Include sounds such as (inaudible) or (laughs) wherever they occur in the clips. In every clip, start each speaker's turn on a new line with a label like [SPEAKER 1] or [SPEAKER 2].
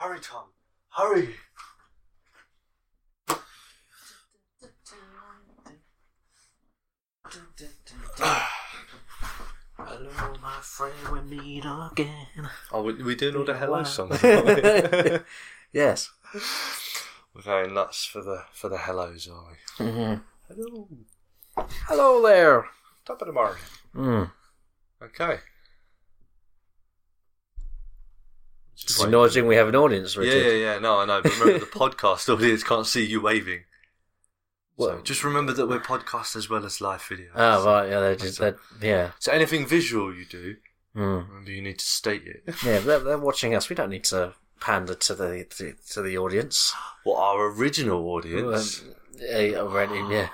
[SPEAKER 1] Hurry, Tom. Hurry.
[SPEAKER 2] (sighs) Hello, my friend, we meet again.
[SPEAKER 3] Oh, we, we doing all the hello
[SPEAKER 2] Wow.
[SPEAKER 3] songs.
[SPEAKER 2] (laughs)
[SPEAKER 3] aren't we?
[SPEAKER 2] Yes.
[SPEAKER 3] We're going nuts for the for the hellos, are we?
[SPEAKER 2] Mhm.
[SPEAKER 3] Hello,
[SPEAKER 2] Hello there.
[SPEAKER 3] top of the morning.
[SPEAKER 2] Mm.
[SPEAKER 3] Okay.
[SPEAKER 2] It's acknowledging we have an audience,
[SPEAKER 3] yeah,
[SPEAKER 2] Richard.
[SPEAKER 3] yeah, yeah. No, I know. But remember, the podcast audience can't see you waving. so
[SPEAKER 2] Well-
[SPEAKER 3] just remember that we're podcast as well as live videos.
[SPEAKER 2] Oh, right. Yeah, they're just, they're, yeah.
[SPEAKER 3] So anything visual you do,
[SPEAKER 2] Mm.
[SPEAKER 3] remember you need to state it.
[SPEAKER 2] Yeah, they're, they're watching us. We don't need to pander to the to, to the audience.
[SPEAKER 3] Well, our original audience
[SPEAKER 2] Eh, already, yeah.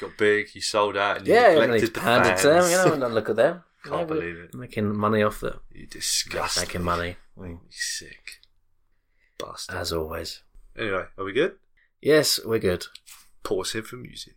[SPEAKER 3] got big. You sold out, and you
[SPEAKER 2] Yeah, we don't need to
[SPEAKER 3] neglected the
[SPEAKER 2] pander
[SPEAKER 3] fans.
[SPEAKER 2] to them. You know, and then look at them.
[SPEAKER 3] Can't
[SPEAKER 2] Yeah, we're
[SPEAKER 3] believe it.
[SPEAKER 2] Making money off that.
[SPEAKER 3] You disgust.
[SPEAKER 2] Making money,
[SPEAKER 3] Make me sick, bastard.
[SPEAKER 2] as always.
[SPEAKER 3] Anyway, are we good?
[SPEAKER 2] Yes, we're good.
[SPEAKER 3] Pause here for music.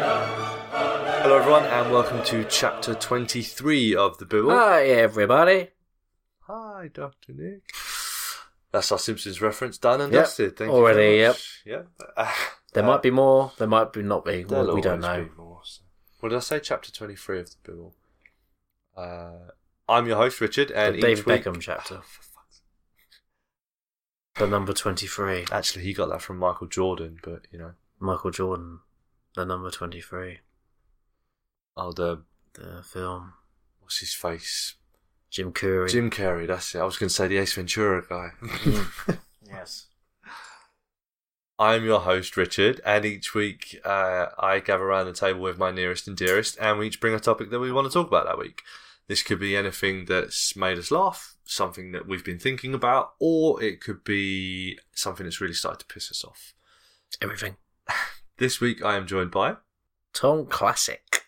[SPEAKER 3] Hello, everyone, and welcome to chapter 23 of the Bible.
[SPEAKER 2] Hi, everybody.
[SPEAKER 3] Hi, Dr. Nick. That's our Simpsons reference done and
[SPEAKER 2] Yep,
[SPEAKER 3] dusted. Thank you.
[SPEAKER 2] already,
[SPEAKER 3] very much. Yeah. Uh,
[SPEAKER 2] There might be more. There might be not be.
[SPEAKER 3] There'll
[SPEAKER 2] we don't
[SPEAKER 3] always
[SPEAKER 2] know.
[SPEAKER 3] be more, so. What did I say? Chapter 23 of the Bible. Uh, I'm your host, Richard, and
[SPEAKER 2] The
[SPEAKER 3] each
[SPEAKER 2] David
[SPEAKER 3] week- Oh,
[SPEAKER 2] Beckham chapter. The number twenty-three,
[SPEAKER 3] Actually, he got that from Michael Jordan, but you know.
[SPEAKER 2] Michael Jordan. The number twenty-three,
[SPEAKER 3] Oh, the.
[SPEAKER 2] the film.
[SPEAKER 3] What's his face?
[SPEAKER 2] Jim Curry.
[SPEAKER 3] Jim Carrey, that's it. I was going to say the Ace Ventura guy.
[SPEAKER 2] Mm. Yes.
[SPEAKER 3] I'm your host, Richard, and each week uh, I gather around the table with my nearest and dearest, and we each bring a topic that we want to talk about that week. This could be anything that's made us laugh, something that we've been thinking about, or it could be something that's really started to piss us off.
[SPEAKER 2] Everything.
[SPEAKER 3] This week I am joined by,
[SPEAKER 2] Tom Classic.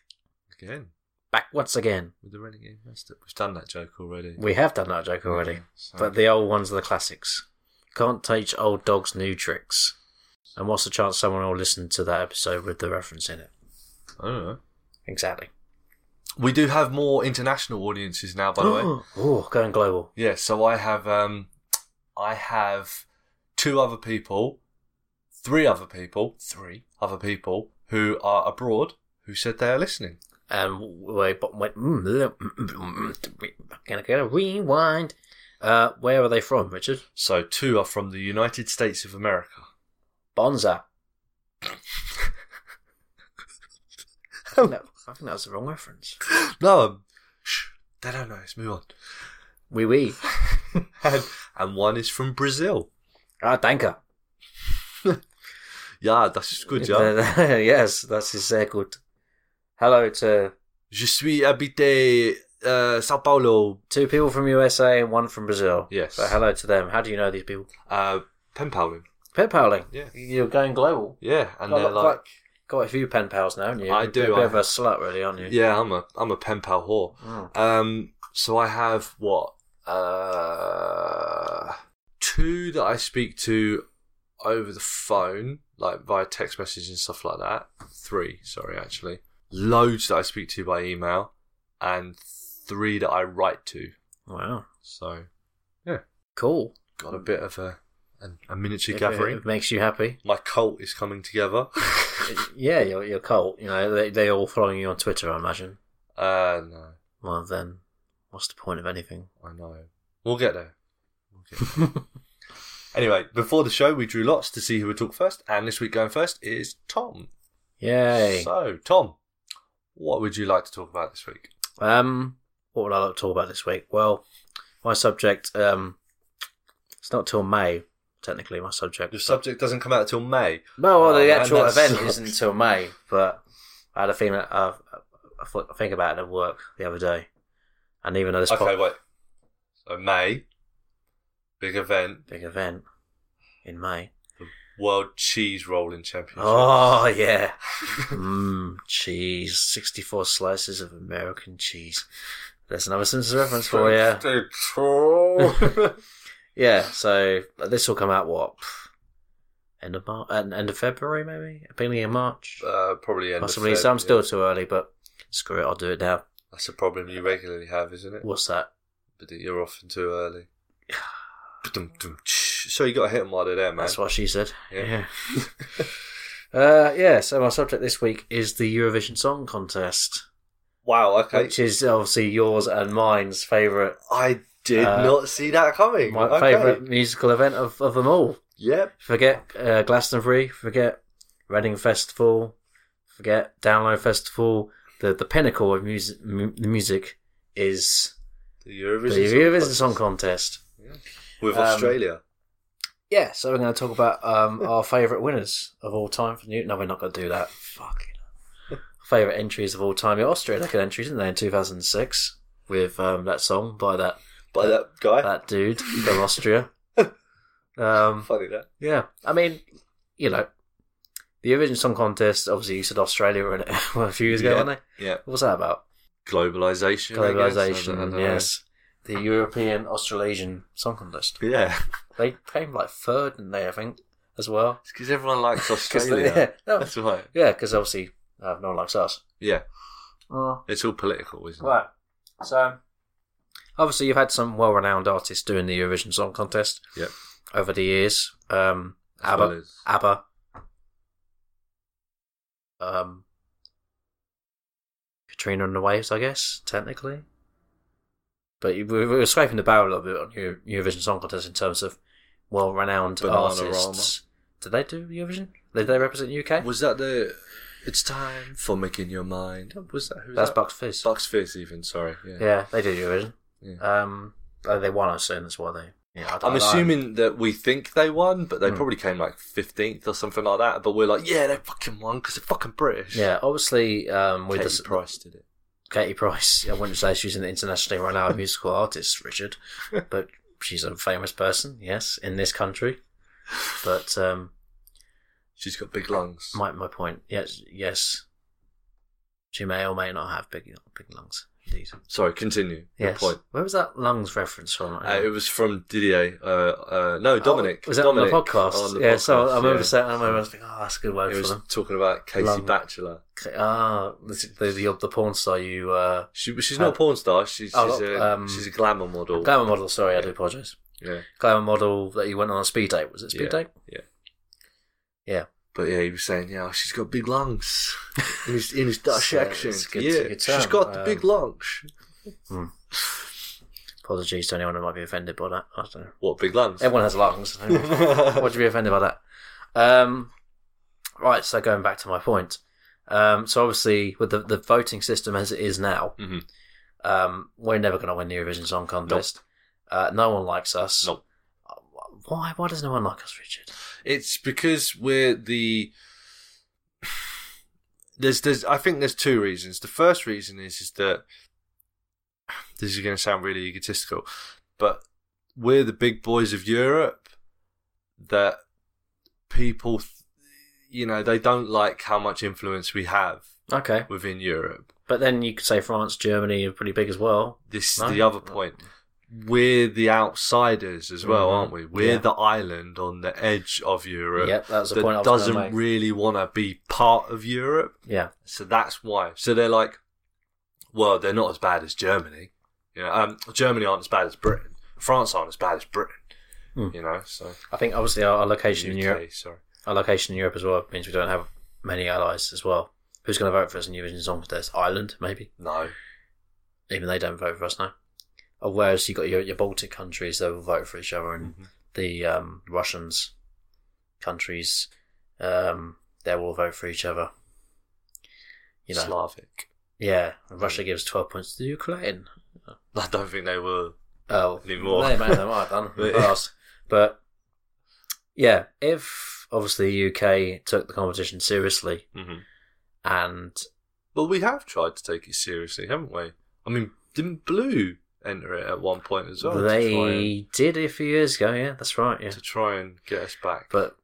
[SPEAKER 3] again,
[SPEAKER 2] Back once again.
[SPEAKER 3] with the Renegade Master. We've done that joke already.
[SPEAKER 2] We have done that joke already,
[SPEAKER 3] So-
[SPEAKER 2] but the old ones are the classics. Can't teach old dogs new tricks. And what's the chance someone will listen to that episode with the reference in it?
[SPEAKER 3] I don't know.
[SPEAKER 2] Exactly.
[SPEAKER 3] We do have more international audiences now, by the
[SPEAKER 2] (gasps)
[SPEAKER 3] way.
[SPEAKER 2] oh, going global.
[SPEAKER 3] Yeah, so I have um I have two other people, three other people, three other people who are abroad who said they are listening.
[SPEAKER 2] And we but went. mm, Gonna get a rewind. Uh, where are they from, Richard?
[SPEAKER 3] So two are from the United States of America.
[SPEAKER 2] Bonza. no, I
[SPEAKER 3] (laughs)
[SPEAKER 2] think that was the wrong reference.
[SPEAKER 3] No, um, shh, they don't know. Let's move on.
[SPEAKER 2] Wee wee.
[SPEAKER 3] (laughs) and, and one is from Brazil.
[SPEAKER 2] Ah, danke.
[SPEAKER 3] Yeah, that's good, yeah.
[SPEAKER 2] (laughs) yes, das ist sehr gut. Hello to
[SPEAKER 3] Je suis habité uh, Sao Paulo.
[SPEAKER 2] two people from USA and one from Brazil.
[SPEAKER 3] Yes.
[SPEAKER 2] So hello to them. How do you know these people?
[SPEAKER 3] Uh, pen paling.
[SPEAKER 2] Pen paling.
[SPEAKER 3] Yeah.
[SPEAKER 2] You're going global.
[SPEAKER 3] Yeah, and
[SPEAKER 2] Got a
[SPEAKER 3] they're
[SPEAKER 2] lot-
[SPEAKER 3] like,
[SPEAKER 2] Got a few pen pals now, haven't you?
[SPEAKER 3] I
[SPEAKER 2] You're
[SPEAKER 3] do,
[SPEAKER 2] A bit
[SPEAKER 3] I-
[SPEAKER 2] of a slut, really, aren't you?
[SPEAKER 3] yeah, I'm a I'm a pen pal whore.
[SPEAKER 2] Mm.
[SPEAKER 3] Um, so I have what uh, two that I speak to over the phone, like via text message and stuff like that. Three, sorry, actually, loads that I speak to by email, and three that I write to.
[SPEAKER 2] Wow.
[SPEAKER 3] So
[SPEAKER 2] Cool.
[SPEAKER 3] got a bit of a a, a miniature
[SPEAKER 2] If it-
[SPEAKER 3] gathering.
[SPEAKER 2] It makes you happy. (laughs)
[SPEAKER 3] My cult is coming together. (laughs)
[SPEAKER 2] yeah, your your cult. You know, they they all following you on Twitter, I imagine.
[SPEAKER 3] uh, no,
[SPEAKER 2] Well, then, what's the point of anything?
[SPEAKER 3] I know. We'll get there. We'll get there.
[SPEAKER 2] (laughs)
[SPEAKER 3] Anyway, before the show, we drew lots to see who would talk first, and this week going first is Tom.
[SPEAKER 2] Yay.
[SPEAKER 3] So, Tom, what would you like to talk about this week?
[SPEAKER 2] Um, what would I like to talk about this week? Well, my subject. Um, it's not till May technically. My subject.
[SPEAKER 3] The subject doesn't come out till May.
[SPEAKER 2] No, well,
[SPEAKER 3] Oh,
[SPEAKER 2] the
[SPEAKER 3] man,
[SPEAKER 2] actual
[SPEAKER 3] that (laughs)
[SPEAKER 2] event
[SPEAKER 3] sucks.
[SPEAKER 2] isn't until May, but I had a feeling. I, I thought- I think about it at work the other day, and even though this
[SPEAKER 3] okay,
[SPEAKER 2] po-
[SPEAKER 3] wait. So May, big event,
[SPEAKER 2] big event in May.
[SPEAKER 3] World Cheese Rolling Championship.
[SPEAKER 2] Oh
[SPEAKER 3] (laughs)
[SPEAKER 2] yeah, mm, cheese. Sixty-four slices of American cheese. There's another Simpsons reference for you.
[SPEAKER 3] Troll.
[SPEAKER 2] Yeah, so but this will come out what pff, end of Mar- uh, end end of February maybe, beginning of March,
[SPEAKER 3] (laughs) uh, probably end
[SPEAKER 2] possibly.
[SPEAKER 3] Of Feb,
[SPEAKER 2] so I'm still
[SPEAKER 3] yeah.
[SPEAKER 2] too early, but screw it, I'll do it now.
[SPEAKER 3] That's a problem you regularly have, isn't it?
[SPEAKER 2] What's that?
[SPEAKER 3] But you're often too
[SPEAKER 2] (sighs)
[SPEAKER 3] early. Ba-dum-dum-tsh. so you got to hit them while they're there, man.
[SPEAKER 2] That's what she said.
[SPEAKER 3] Yeah. (laughs)
[SPEAKER 2] (laughs) uh, yeah. So my subject this week is the Eurovision Song Contest,
[SPEAKER 3] Wow. Okay.
[SPEAKER 2] which is obviously yours and mine's favorite,
[SPEAKER 3] I did
[SPEAKER 2] Uh,
[SPEAKER 3] not see that coming.
[SPEAKER 2] my
[SPEAKER 3] okay.
[SPEAKER 2] favorite musical event of, of them all.
[SPEAKER 3] Yep.
[SPEAKER 2] Forget uh, Glastonbury. Forget Reading Festival. Forget Download Festival. The the pinnacle of music, mu- the music is
[SPEAKER 3] The
[SPEAKER 2] the
[SPEAKER 3] Eurovision,
[SPEAKER 2] Eurovision Song
[SPEAKER 3] Contest
[SPEAKER 2] Contest.
[SPEAKER 3] with
[SPEAKER 2] Um,
[SPEAKER 3] Australia.
[SPEAKER 2] Yeah, so we're going to talk about um, (laughs) our favourite winners of all time for New. No, we're not going to do that. Fucking favourite entries of all time. Yeah, Austria had an entry, didn't they, in 2006 with um, that song by that
[SPEAKER 3] By that guy.
[SPEAKER 2] that dude from (laughs) Austria. Um,
[SPEAKER 3] Funny that.
[SPEAKER 2] yeah, I mean, you know, the original song contest. Obviously, you said Australia were in it (laughs) a few years ago,
[SPEAKER 3] Yeah.
[SPEAKER 2] weren't they?
[SPEAKER 3] Yeah.
[SPEAKER 2] What was that about?
[SPEAKER 3] Globalization. I guess. I don't- I
[SPEAKER 2] Globalization.
[SPEAKER 3] don't know.
[SPEAKER 2] Yes, the European Australasian Song Contest.
[SPEAKER 3] Yeah.
[SPEAKER 2] (laughs) They came like third, didn't they? I think as well.
[SPEAKER 3] It's because everyone likes
[SPEAKER 2] (laughs) 'Cause
[SPEAKER 3] Australia.
[SPEAKER 2] they- yeah, no,
[SPEAKER 3] That's right.
[SPEAKER 2] yeah, 'cause obviously uh, no one likes us.
[SPEAKER 3] Yeah.
[SPEAKER 2] Uh,
[SPEAKER 3] It's all political, isn't
[SPEAKER 2] right. So obviously you've had some well-renowned artists doing the Eurovision Song Contest.
[SPEAKER 3] Yep.
[SPEAKER 2] Over the years, um,
[SPEAKER 3] it? As
[SPEAKER 2] ABBA,
[SPEAKER 3] well as-
[SPEAKER 2] ABBA. Um, Katrina and the Waves, I guess, technically. But you- we we were scraping the barrel a little bit on Euro- Eurovision Song Contest in terms of well-renowned
[SPEAKER 3] Bananarama.
[SPEAKER 2] artists. Did they do Eurovision? Did they represent UK?
[SPEAKER 3] Was that the? It's time for making your mind. up? Was that who? was
[SPEAKER 2] That's
[SPEAKER 3] that?
[SPEAKER 2] Bucks Fizz.
[SPEAKER 3] Bucks Fizz. Even sorry. Yeah.
[SPEAKER 2] Yeah, they did Eurovision.
[SPEAKER 3] Yeah.
[SPEAKER 2] Um, uh, they won, I assume. That's why they. Yeah, I don't
[SPEAKER 3] I'm
[SPEAKER 2] know.
[SPEAKER 3] assuming that we think they won, but they
[SPEAKER 2] Hmm.
[SPEAKER 3] probably came like 15th or something like that. But we're like, yeah, they fucking won because they're fucking British.
[SPEAKER 2] Yeah, obviously, um, with
[SPEAKER 3] Katie
[SPEAKER 2] the,
[SPEAKER 3] Price did it.
[SPEAKER 2] Katie Price, I wouldn't say she's an internationally renowned musical
[SPEAKER 3] (laughs)
[SPEAKER 2] artist, Richard, but she's a famous person, yes, in this country. But um,
[SPEAKER 3] She's got big lungs.
[SPEAKER 2] my my point, yes, yes, she may or may not have big big lungs. Indeed.
[SPEAKER 3] Sorry, continue. Your
[SPEAKER 2] Yes.
[SPEAKER 3] point.
[SPEAKER 2] Where was that lungs reference from?
[SPEAKER 3] Uh, it was from Didier. Uh, uh, no,
[SPEAKER 2] Oh,
[SPEAKER 3] Dominic.
[SPEAKER 2] was that
[SPEAKER 3] Dominic
[SPEAKER 2] on the podcast?
[SPEAKER 3] on the
[SPEAKER 2] yeah, so I
[SPEAKER 3] podcast,
[SPEAKER 2] remember
[SPEAKER 3] yeah.
[SPEAKER 2] saying, I remember thinking, oh, that's a good word
[SPEAKER 3] It
[SPEAKER 2] for
[SPEAKER 3] was
[SPEAKER 2] them.
[SPEAKER 3] talking about Casey
[SPEAKER 2] Lung.
[SPEAKER 3] Batchelor.
[SPEAKER 2] Ah, the, the, the, the porn star you uh,
[SPEAKER 3] She, she's not a porn star. She's,
[SPEAKER 2] Oh,
[SPEAKER 3] she's, a,
[SPEAKER 2] um,
[SPEAKER 3] she's a glamour model.
[SPEAKER 2] Glamour model, sorry, I do apologise.
[SPEAKER 3] yeah,
[SPEAKER 2] Glamour model that you went on a speed date, was it speed
[SPEAKER 3] Yeah,
[SPEAKER 2] date?
[SPEAKER 3] but yeah, he was saying, yeah, she's got big
[SPEAKER 2] (laughs)
[SPEAKER 3] lungs in his, in his Dutch
[SPEAKER 2] So it's
[SPEAKER 3] accent.
[SPEAKER 2] good-
[SPEAKER 3] yeah,
[SPEAKER 2] good
[SPEAKER 3] she's
[SPEAKER 2] term,
[SPEAKER 3] got the big
[SPEAKER 2] um,
[SPEAKER 3] lungs.
[SPEAKER 2] Apologies to anyone who might be offended by that. I don't know.
[SPEAKER 3] What big lungs?
[SPEAKER 2] Everyone has lungs.
[SPEAKER 3] (laughs) yeah,
[SPEAKER 2] Why'd you be offended by that? Um, right, so going back to my point. Um, so obviously, with the, the voting system as it is now,
[SPEAKER 3] Mhm.
[SPEAKER 2] um, we're never going to win the Eurovision Song Contest. Uh, no one likes us.
[SPEAKER 3] Nope.
[SPEAKER 2] Uh, Why? Why does no one like us, Richard?
[SPEAKER 3] It's because we're the there's there's I think there's two reasons. The first reason is is that this is going to sound really egotistical, but we're the big boys of Europe that people th- you know they don't like how much influence we have
[SPEAKER 2] Okay,
[SPEAKER 3] within Europe.
[SPEAKER 2] but then you could say France, Germany are pretty big as well.
[SPEAKER 3] This is
[SPEAKER 2] No.
[SPEAKER 3] the other point. We're the outsiders as well,
[SPEAKER 2] Mhm.
[SPEAKER 3] aren't we? We're
[SPEAKER 2] Yeah.
[SPEAKER 3] the island on the edge of Europe
[SPEAKER 2] Yep, that was the point I
[SPEAKER 3] that
[SPEAKER 2] was gonna
[SPEAKER 3] doesn't
[SPEAKER 2] make.
[SPEAKER 3] really want to be part of Europe.
[SPEAKER 2] yeah,
[SPEAKER 3] So that's why. So they're like, well, they're not as bad as Germany. You know, um, Germany aren't as bad as Britain. France aren't as bad as Britain.
[SPEAKER 2] Hmm.
[SPEAKER 3] You know, so
[SPEAKER 2] I think obviously our, our location in
[SPEAKER 3] UK,
[SPEAKER 2] Europe,
[SPEAKER 3] Sorry,
[SPEAKER 2] our location in Europe as well means we don't have many allies as well. Who's going to vote for us in Eurovision Song Contest? Ireland, maybe.
[SPEAKER 3] no.
[SPEAKER 2] Even they don't vote for us now. Or whereas you got your, your Baltic countries, they will vote for each other, and the um, Russians countries, um, they will vote for each other. You know,
[SPEAKER 3] Slavic. (laughs)
[SPEAKER 2] yeah. Russia gives twelve points to Ukraine.
[SPEAKER 3] I don't think they were.
[SPEAKER 2] Oh,
[SPEAKER 3] Anymore.
[SPEAKER 2] They may have might have done in the
[SPEAKER 3] Yeah.
[SPEAKER 2] past. But yeah, if obviously the UK took the competition seriously and
[SPEAKER 3] But we have tried to take it seriously, haven't we? I mean, didn't Blue enter it at one point as well? to try and-
[SPEAKER 2] they did a few years ago, yeah, that's right, yeah.
[SPEAKER 3] to try and get us back.
[SPEAKER 2] But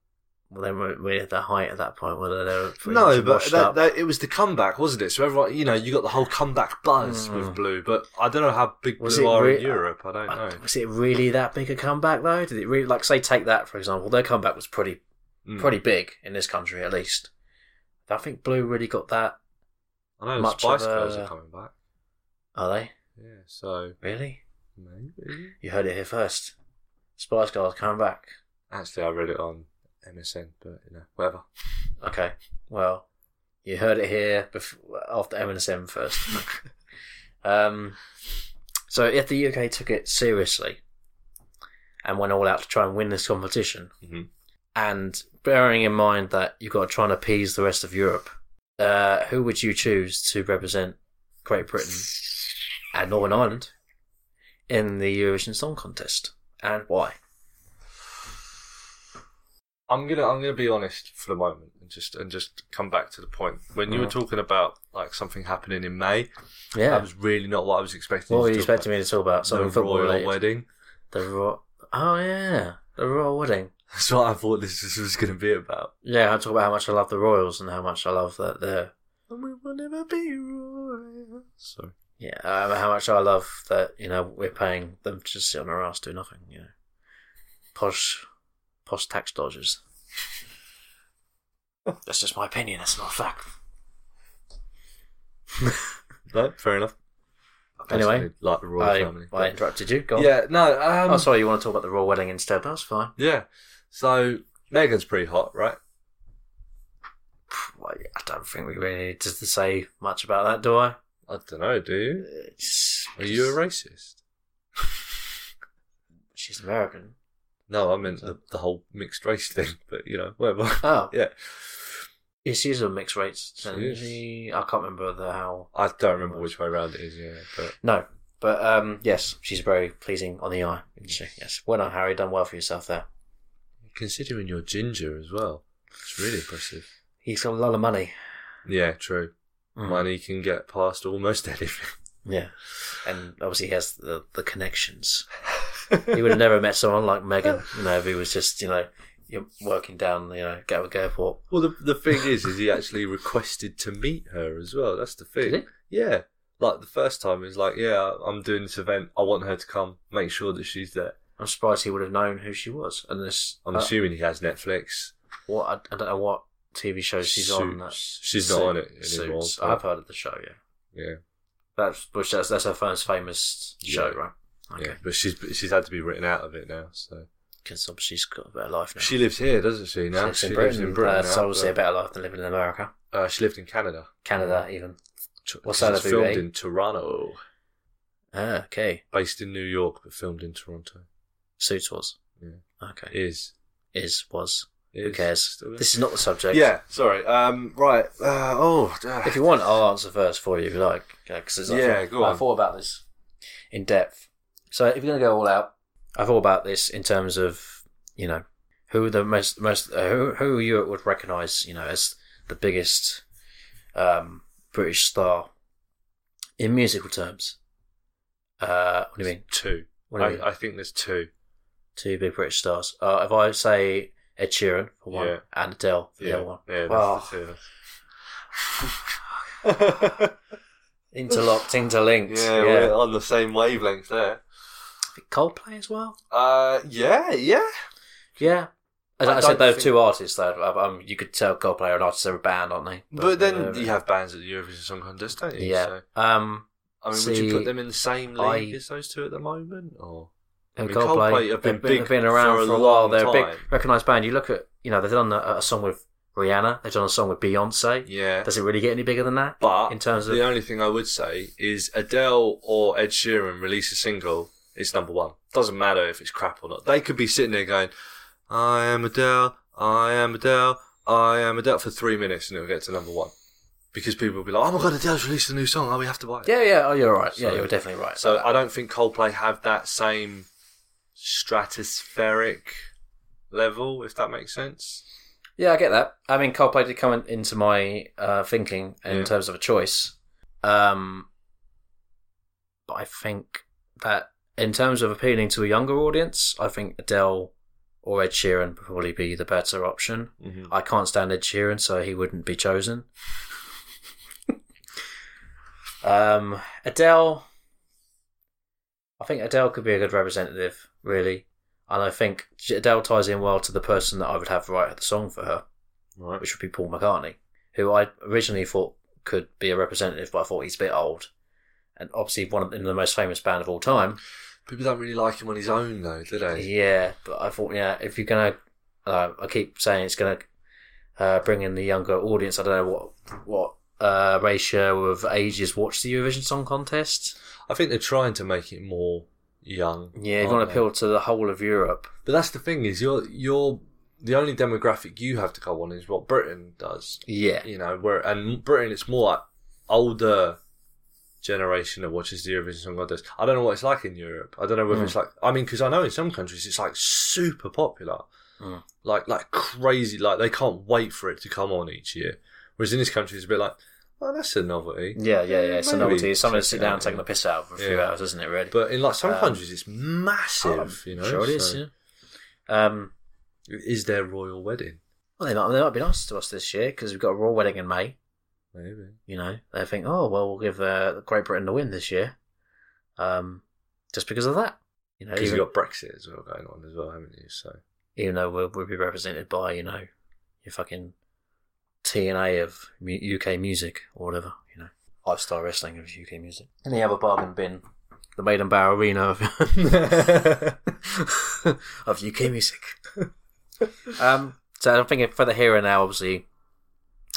[SPEAKER 2] Well, then we're, we're at the height at that point, whether they were pretty
[SPEAKER 3] No,
[SPEAKER 2] much
[SPEAKER 3] but
[SPEAKER 2] washed
[SPEAKER 3] that,
[SPEAKER 2] up.
[SPEAKER 3] that, it was the comeback, wasn't it? So everyone, you know, you got the whole comeback buzz
[SPEAKER 2] Mm.
[SPEAKER 3] with Blue, but I don't know how big
[SPEAKER 2] Was
[SPEAKER 3] Blue
[SPEAKER 2] it
[SPEAKER 3] are
[SPEAKER 2] re-
[SPEAKER 3] in Europe. I don't know.
[SPEAKER 2] Uh, was it really that big a comeback though? Did it really like say take that for example? Their comeback was pretty
[SPEAKER 3] Mm.
[SPEAKER 2] pretty big in this country at least. I think Blue really got that.
[SPEAKER 3] I know the
[SPEAKER 2] much of
[SPEAKER 3] Spice Girls
[SPEAKER 2] a-
[SPEAKER 3] are coming back.
[SPEAKER 2] Are they
[SPEAKER 3] Yeah, so
[SPEAKER 2] really?
[SPEAKER 3] maybe.
[SPEAKER 2] You heard it here first. Spice Girls coming back.
[SPEAKER 3] Actually, I read it on MSN, but you know, whatever.
[SPEAKER 2] Okay, well, you heard it here before, after M&SM
[SPEAKER 3] (laughs)
[SPEAKER 2] first. um, so if the UK took it seriously and went all out to try and win this competition,
[SPEAKER 3] Mhm.
[SPEAKER 2] and bearing in mind that you've got to try and appease the rest of Europe, uh, who would you choose to represent Great Britain and Northern Ireland in the Eurovision Song Contest, and why?
[SPEAKER 3] I'm gonna I'm gonna be honest for the moment and just and just come back to the point when you were
[SPEAKER 2] Mm.
[SPEAKER 3] talking about like something happening in May.
[SPEAKER 2] Yeah,
[SPEAKER 3] That was really not what I was expecting.
[SPEAKER 2] Um, what were
[SPEAKER 3] to
[SPEAKER 2] you
[SPEAKER 3] talk
[SPEAKER 2] expecting me to talk about?
[SPEAKER 3] about.
[SPEAKER 2] Something
[SPEAKER 3] The
[SPEAKER 2] football
[SPEAKER 3] royal
[SPEAKER 2] related?
[SPEAKER 3] wedding. (laughs)
[SPEAKER 2] The Royal. Oh yeah, the Royal Wedding.
[SPEAKER 3] That's what I thought this this was gonna be about.
[SPEAKER 2] Yeah, I talk about how much I love the Royals and how much I love that they're.
[SPEAKER 3] And we will never be royal. Sorry.
[SPEAKER 2] Yeah, um, how much I love that you know we're paying them to just sit on their ass do nothing. You know, posh, posh tax
[SPEAKER 3] (laughs)
[SPEAKER 2] dodgers. That's just my opinion. That's not a fact.
[SPEAKER 3] No, fair enough. I
[SPEAKER 2] Anyway,
[SPEAKER 3] personally like the royal
[SPEAKER 2] I,
[SPEAKER 3] family.
[SPEAKER 2] I
[SPEAKER 3] but-
[SPEAKER 2] interrupted you. Go on.
[SPEAKER 3] yeah, no. Um,
[SPEAKER 2] oh, sorry. You want to talk about the royal wedding instead? That's fine.
[SPEAKER 3] Yeah. So Megan's pretty hot, right?
[SPEAKER 2] Well, I don't think we really need to to say much about that, do I?
[SPEAKER 3] I don't know. Do you?
[SPEAKER 2] It's-
[SPEAKER 3] Are you a racist?
[SPEAKER 2] She's American.
[SPEAKER 3] No, I meant the, the whole mixed race (laughs) thing, but you know, whatever.
[SPEAKER 2] Oh,
[SPEAKER 3] yeah.
[SPEAKER 2] Yeah, she's a mixed race. isn't
[SPEAKER 3] She is.
[SPEAKER 2] she? I can't remember the how.
[SPEAKER 3] I don't remember which way around it is, yeah. But
[SPEAKER 2] No, but um, yes, she's very pleasing on the eye, isn't she? Yes. Well done, Harry. Done well for yourself there.
[SPEAKER 3] considering you're ginger as well, it's really impressive.
[SPEAKER 2] He's got a lot of money.
[SPEAKER 3] Yeah, true.
[SPEAKER 2] Mm.
[SPEAKER 3] Money can get past almost (laughs) anything.
[SPEAKER 2] Yeah, and obviously he has the,
[SPEAKER 3] (laughs)
[SPEAKER 2] the connections. he would have never met someone like Megan, you know, if he was just you know you're working down you know Gatwick Airport.
[SPEAKER 3] Well, the, the thing is, is he actually requested to meet her as well. That's the thing.
[SPEAKER 2] Did
[SPEAKER 3] Yeah. Like the first time, he was like, yeah, I'm doing this event. I want her to come. Make sure that she's there.
[SPEAKER 2] I'm surprised he would have known who she was, unless
[SPEAKER 3] I'm
[SPEAKER 2] uh,
[SPEAKER 3] assuming he has Netflix.
[SPEAKER 2] what I, I don't know what TV show she's on. that-
[SPEAKER 3] Suits. She's not on it anymore.
[SPEAKER 2] Suits.
[SPEAKER 3] but-
[SPEAKER 2] I've heard of the show. Yeah.
[SPEAKER 3] yeah.
[SPEAKER 2] That's which that's that's her first famous show,
[SPEAKER 3] Yeah.
[SPEAKER 2] right? Okay.
[SPEAKER 3] Yeah. But she's she's had to be written out of it now, so.
[SPEAKER 2] Because obviously she's got a better life now.
[SPEAKER 3] She lives here, doesn't she? Now
[SPEAKER 2] lives
[SPEAKER 3] she
[SPEAKER 2] in Britain.
[SPEAKER 3] lives in Britain.
[SPEAKER 2] uh,
[SPEAKER 3] now,
[SPEAKER 2] so obviously a
[SPEAKER 3] but,
[SPEAKER 2] better life than living in America,
[SPEAKER 3] uh, she lived in Canada.
[SPEAKER 2] Canada, even.
[SPEAKER 3] T-
[SPEAKER 2] What's
[SPEAKER 3] this
[SPEAKER 2] that
[SPEAKER 3] is
[SPEAKER 2] about,
[SPEAKER 3] Filmed
[SPEAKER 2] eh?
[SPEAKER 3] in Toronto,
[SPEAKER 2] Ah, okay.
[SPEAKER 3] based in New York, but filmed in Toronto.
[SPEAKER 2] Suits was.
[SPEAKER 3] Yeah.
[SPEAKER 2] Okay.
[SPEAKER 3] Is,
[SPEAKER 2] Is was.
[SPEAKER 3] is
[SPEAKER 2] Who cares?
[SPEAKER 3] still there.
[SPEAKER 2] This is not the subject.
[SPEAKER 3] yeah, sorry. Um, right. Uh, oh, uh,
[SPEAKER 2] If you want, I'll answer first for you if you like. uh, Because it's
[SPEAKER 3] Yeah,
[SPEAKER 2] I thought,
[SPEAKER 3] go on.
[SPEAKER 2] I thought about this in depth. So if you're gonna go all out, I thought about this in terms of you know who the most most uh, who who Europe would recognise you know as the biggest um, British star in musical terms. Uh, what do you mean?
[SPEAKER 3] two.
[SPEAKER 2] What do you mean?
[SPEAKER 3] I, I think there's two.
[SPEAKER 2] Two big British stars. Uh, if I say Ed Sheeran for one
[SPEAKER 3] Yeah.
[SPEAKER 2] and Adele for
[SPEAKER 3] Yeah,
[SPEAKER 2] the other one,
[SPEAKER 3] yeah. That's
[SPEAKER 2] Wow.
[SPEAKER 3] the two.
[SPEAKER 2] interlocked,
[SPEAKER 3] (laughs)
[SPEAKER 2] interlinked.
[SPEAKER 3] yeah, we're on the same wavelength there.
[SPEAKER 2] Coldplay as well.
[SPEAKER 3] Uh, yeah, yeah.
[SPEAKER 2] Yeah. As
[SPEAKER 3] I
[SPEAKER 2] I, said,
[SPEAKER 3] don't
[SPEAKER 2] those
[SPEAKER 3] think-
[SPEAKER 2] two artists, though, um, you could tell Coldplay are an artist, they're a band, aren't they?
[SPEAKER 3] But, then you have bands at the Eurovision Song Contest, don't you?
[SPEAKER 2] Yeah.
[SPEAKER 3] So,
[SPEAKER 2] Um,
[SPEAKER 3] I mean, would you
[SPEAKER 2] See,
[SPEAKER 3] put them in the same league
[SPEAKER 2] I-
[SPEAKER 3] as those two at the moment, or? I
[SPEAKER 2] I
[SPEAKER 3] mean,
[SPEAKER 2] Coldplay,
[SPEAKER 3] Coldplay have been
[SPEAKER 2] they've,
[SPEAKER 3] big
[SPEAKER 2] they've been around
[SPEAKER 3] for
[SPEAKER 2] for
[SPEAKER 3] a
[SPEAKER 2] a, while.
[SPEAKER 3] long
[SPEAKER 2] They're a
[SPEAKER 3] time.
[SPEAKER 2] big, recognised band. You look at, you know, they've done a, a song with Rihanna, they've done a song with Beyonce.
[SPEAKER 3] Yeah.
[SPEAKER 2] Does it really get any bigger than that?
[SPEAKER 3] But
[SPEAKER 2] in terms of.
[SPEAKER 3] the only thing I would say is Adele or Ed Sheeran release a single, it's number one. Doesn't matter if it's crap or not. They could be sitting there going, "I am Adele, I am Adele, I am Adele" for three minutes, and it'll get to number one because people will be like, "Oh my god, Adele's released a new song. Oh, we have to buy it."
[SPEAKER 2] Yeah, yeah, oh, you're right. Yeah,
[SPEAKER 3] So-
[SPEAKER 2] you're definitely right.
[SPEAKER 3] So I don't think Coldplay have that same stratospheric level, if that makes sense.
[SPEAKER 2] Yeah, I get that. I mean, Coldplay did come in, into my uh, thinking in
[SPEAKER 3] Yeah.
[SPEAKER 2] terms of a choice, um, but I think that in terms of appealing to a younger audience, I think Adele or Ed Sheeran would probably be the better option.
[SPEAKER 3] Mhm.
[SPEAKER 2] I can't stand Ed Sheeran, so he wouldn't be chosen. (laughs) um, Adele, I think Adele could be a good representative, really, and I think Adele ties in well to the person that I would have write the song for her,
[SPEAKER 3] Right.
[SPEAKER 2] which would be Paul McCartney, who I originally thought could be a representative, but I thought he's a bit old, and obviously one of in the most famous band of all time.
[SPEAKER 3] People don't really like him on his own, though, do they?
[SPEAKER 2] Yeah, but I thought, yeah, if you're gonna, uh, I keep saying it's gonna uh, bring in the younger audience. I don't know what what uh, ratio of ages watch the Eurovision Song Contest.
[SPEAKER 3] I think they're trying to make it more young.
[SPEAKER 2] Yeah, you're
[SPEAKER 3] aren't
[SPEAKER 2] gonna
[SPEAKER 3] they?
[SPEAKER 2] appeal to the whole of Europe.
[SPEAKER 3] But that's the thing is you're you're the only demographic you have to go on is what Britain does.
[SPEAKER 2] Yeah,
[SPEAKER 3] You know, where and Britain it's more like older generation that watches the Eurovision Song Contest. I don't know what it's like in Europe. I don't know whether
[SPEAKER 2] Mm.
[SPEAKER 3] it's like I mean because I know in some countries it's like super popular,
[SPEAKER 2] Mm.
[SPEAKER 3] like like crazy. Like they can't wait for it to come on each year. Whereas in this country it's a bit like, oh, that's a novelty.
[SPEAKER 2] yeah, yeah, yeah. It's a
[SPEAKER 3] Maybe
[SPEAKER 2] novelty. It's something to sit
[SPEAKER 3] check it
[SPEAKER 2] down and
[SPEAKER 3] out,
[SPEAKER 2] taking
[SPEAKER 3] yeah.
[SPEAKER 2] the piss out for a few
[SPEAKER 3] Yeah.
[SPEAKER 2] hours, isn't it? Really?
[SPEAKER 3] But in like some
[SPEAKER 2] Um,
[SPEAKER 3] countries it's massive. you know,
[SPEAKER 2] sure it is.
[SPEAKER 3] so-
[SPEAKER 2] Yeah. Um,
[SPEAKER 3] Is their royal wedding?
[SPEAKER 2] well, they might they might be nice to us this year because we've got a royal wedding in May.
[SPEAKER 3] Maybe.
[SPEAKER 2] You know, they think, oh well, we'll give uh, Great Britain the win this year, um, just because of that. You know,
[SPEAKER 3] Because
[SPEAKER 2] even-
[SPEAKER 3] you've got Brexit as well going on as well, haven't you? So
[SPEAKER 2] even though we'll, we'll be represented by you know your fucking TNA of mu- UK music or whatever you know five star wrestling of UK music and they have a bargain bin the Maiden Bower Arena of, (laughs) of UK (laughs) music um so I'm thinking for the here and now obviously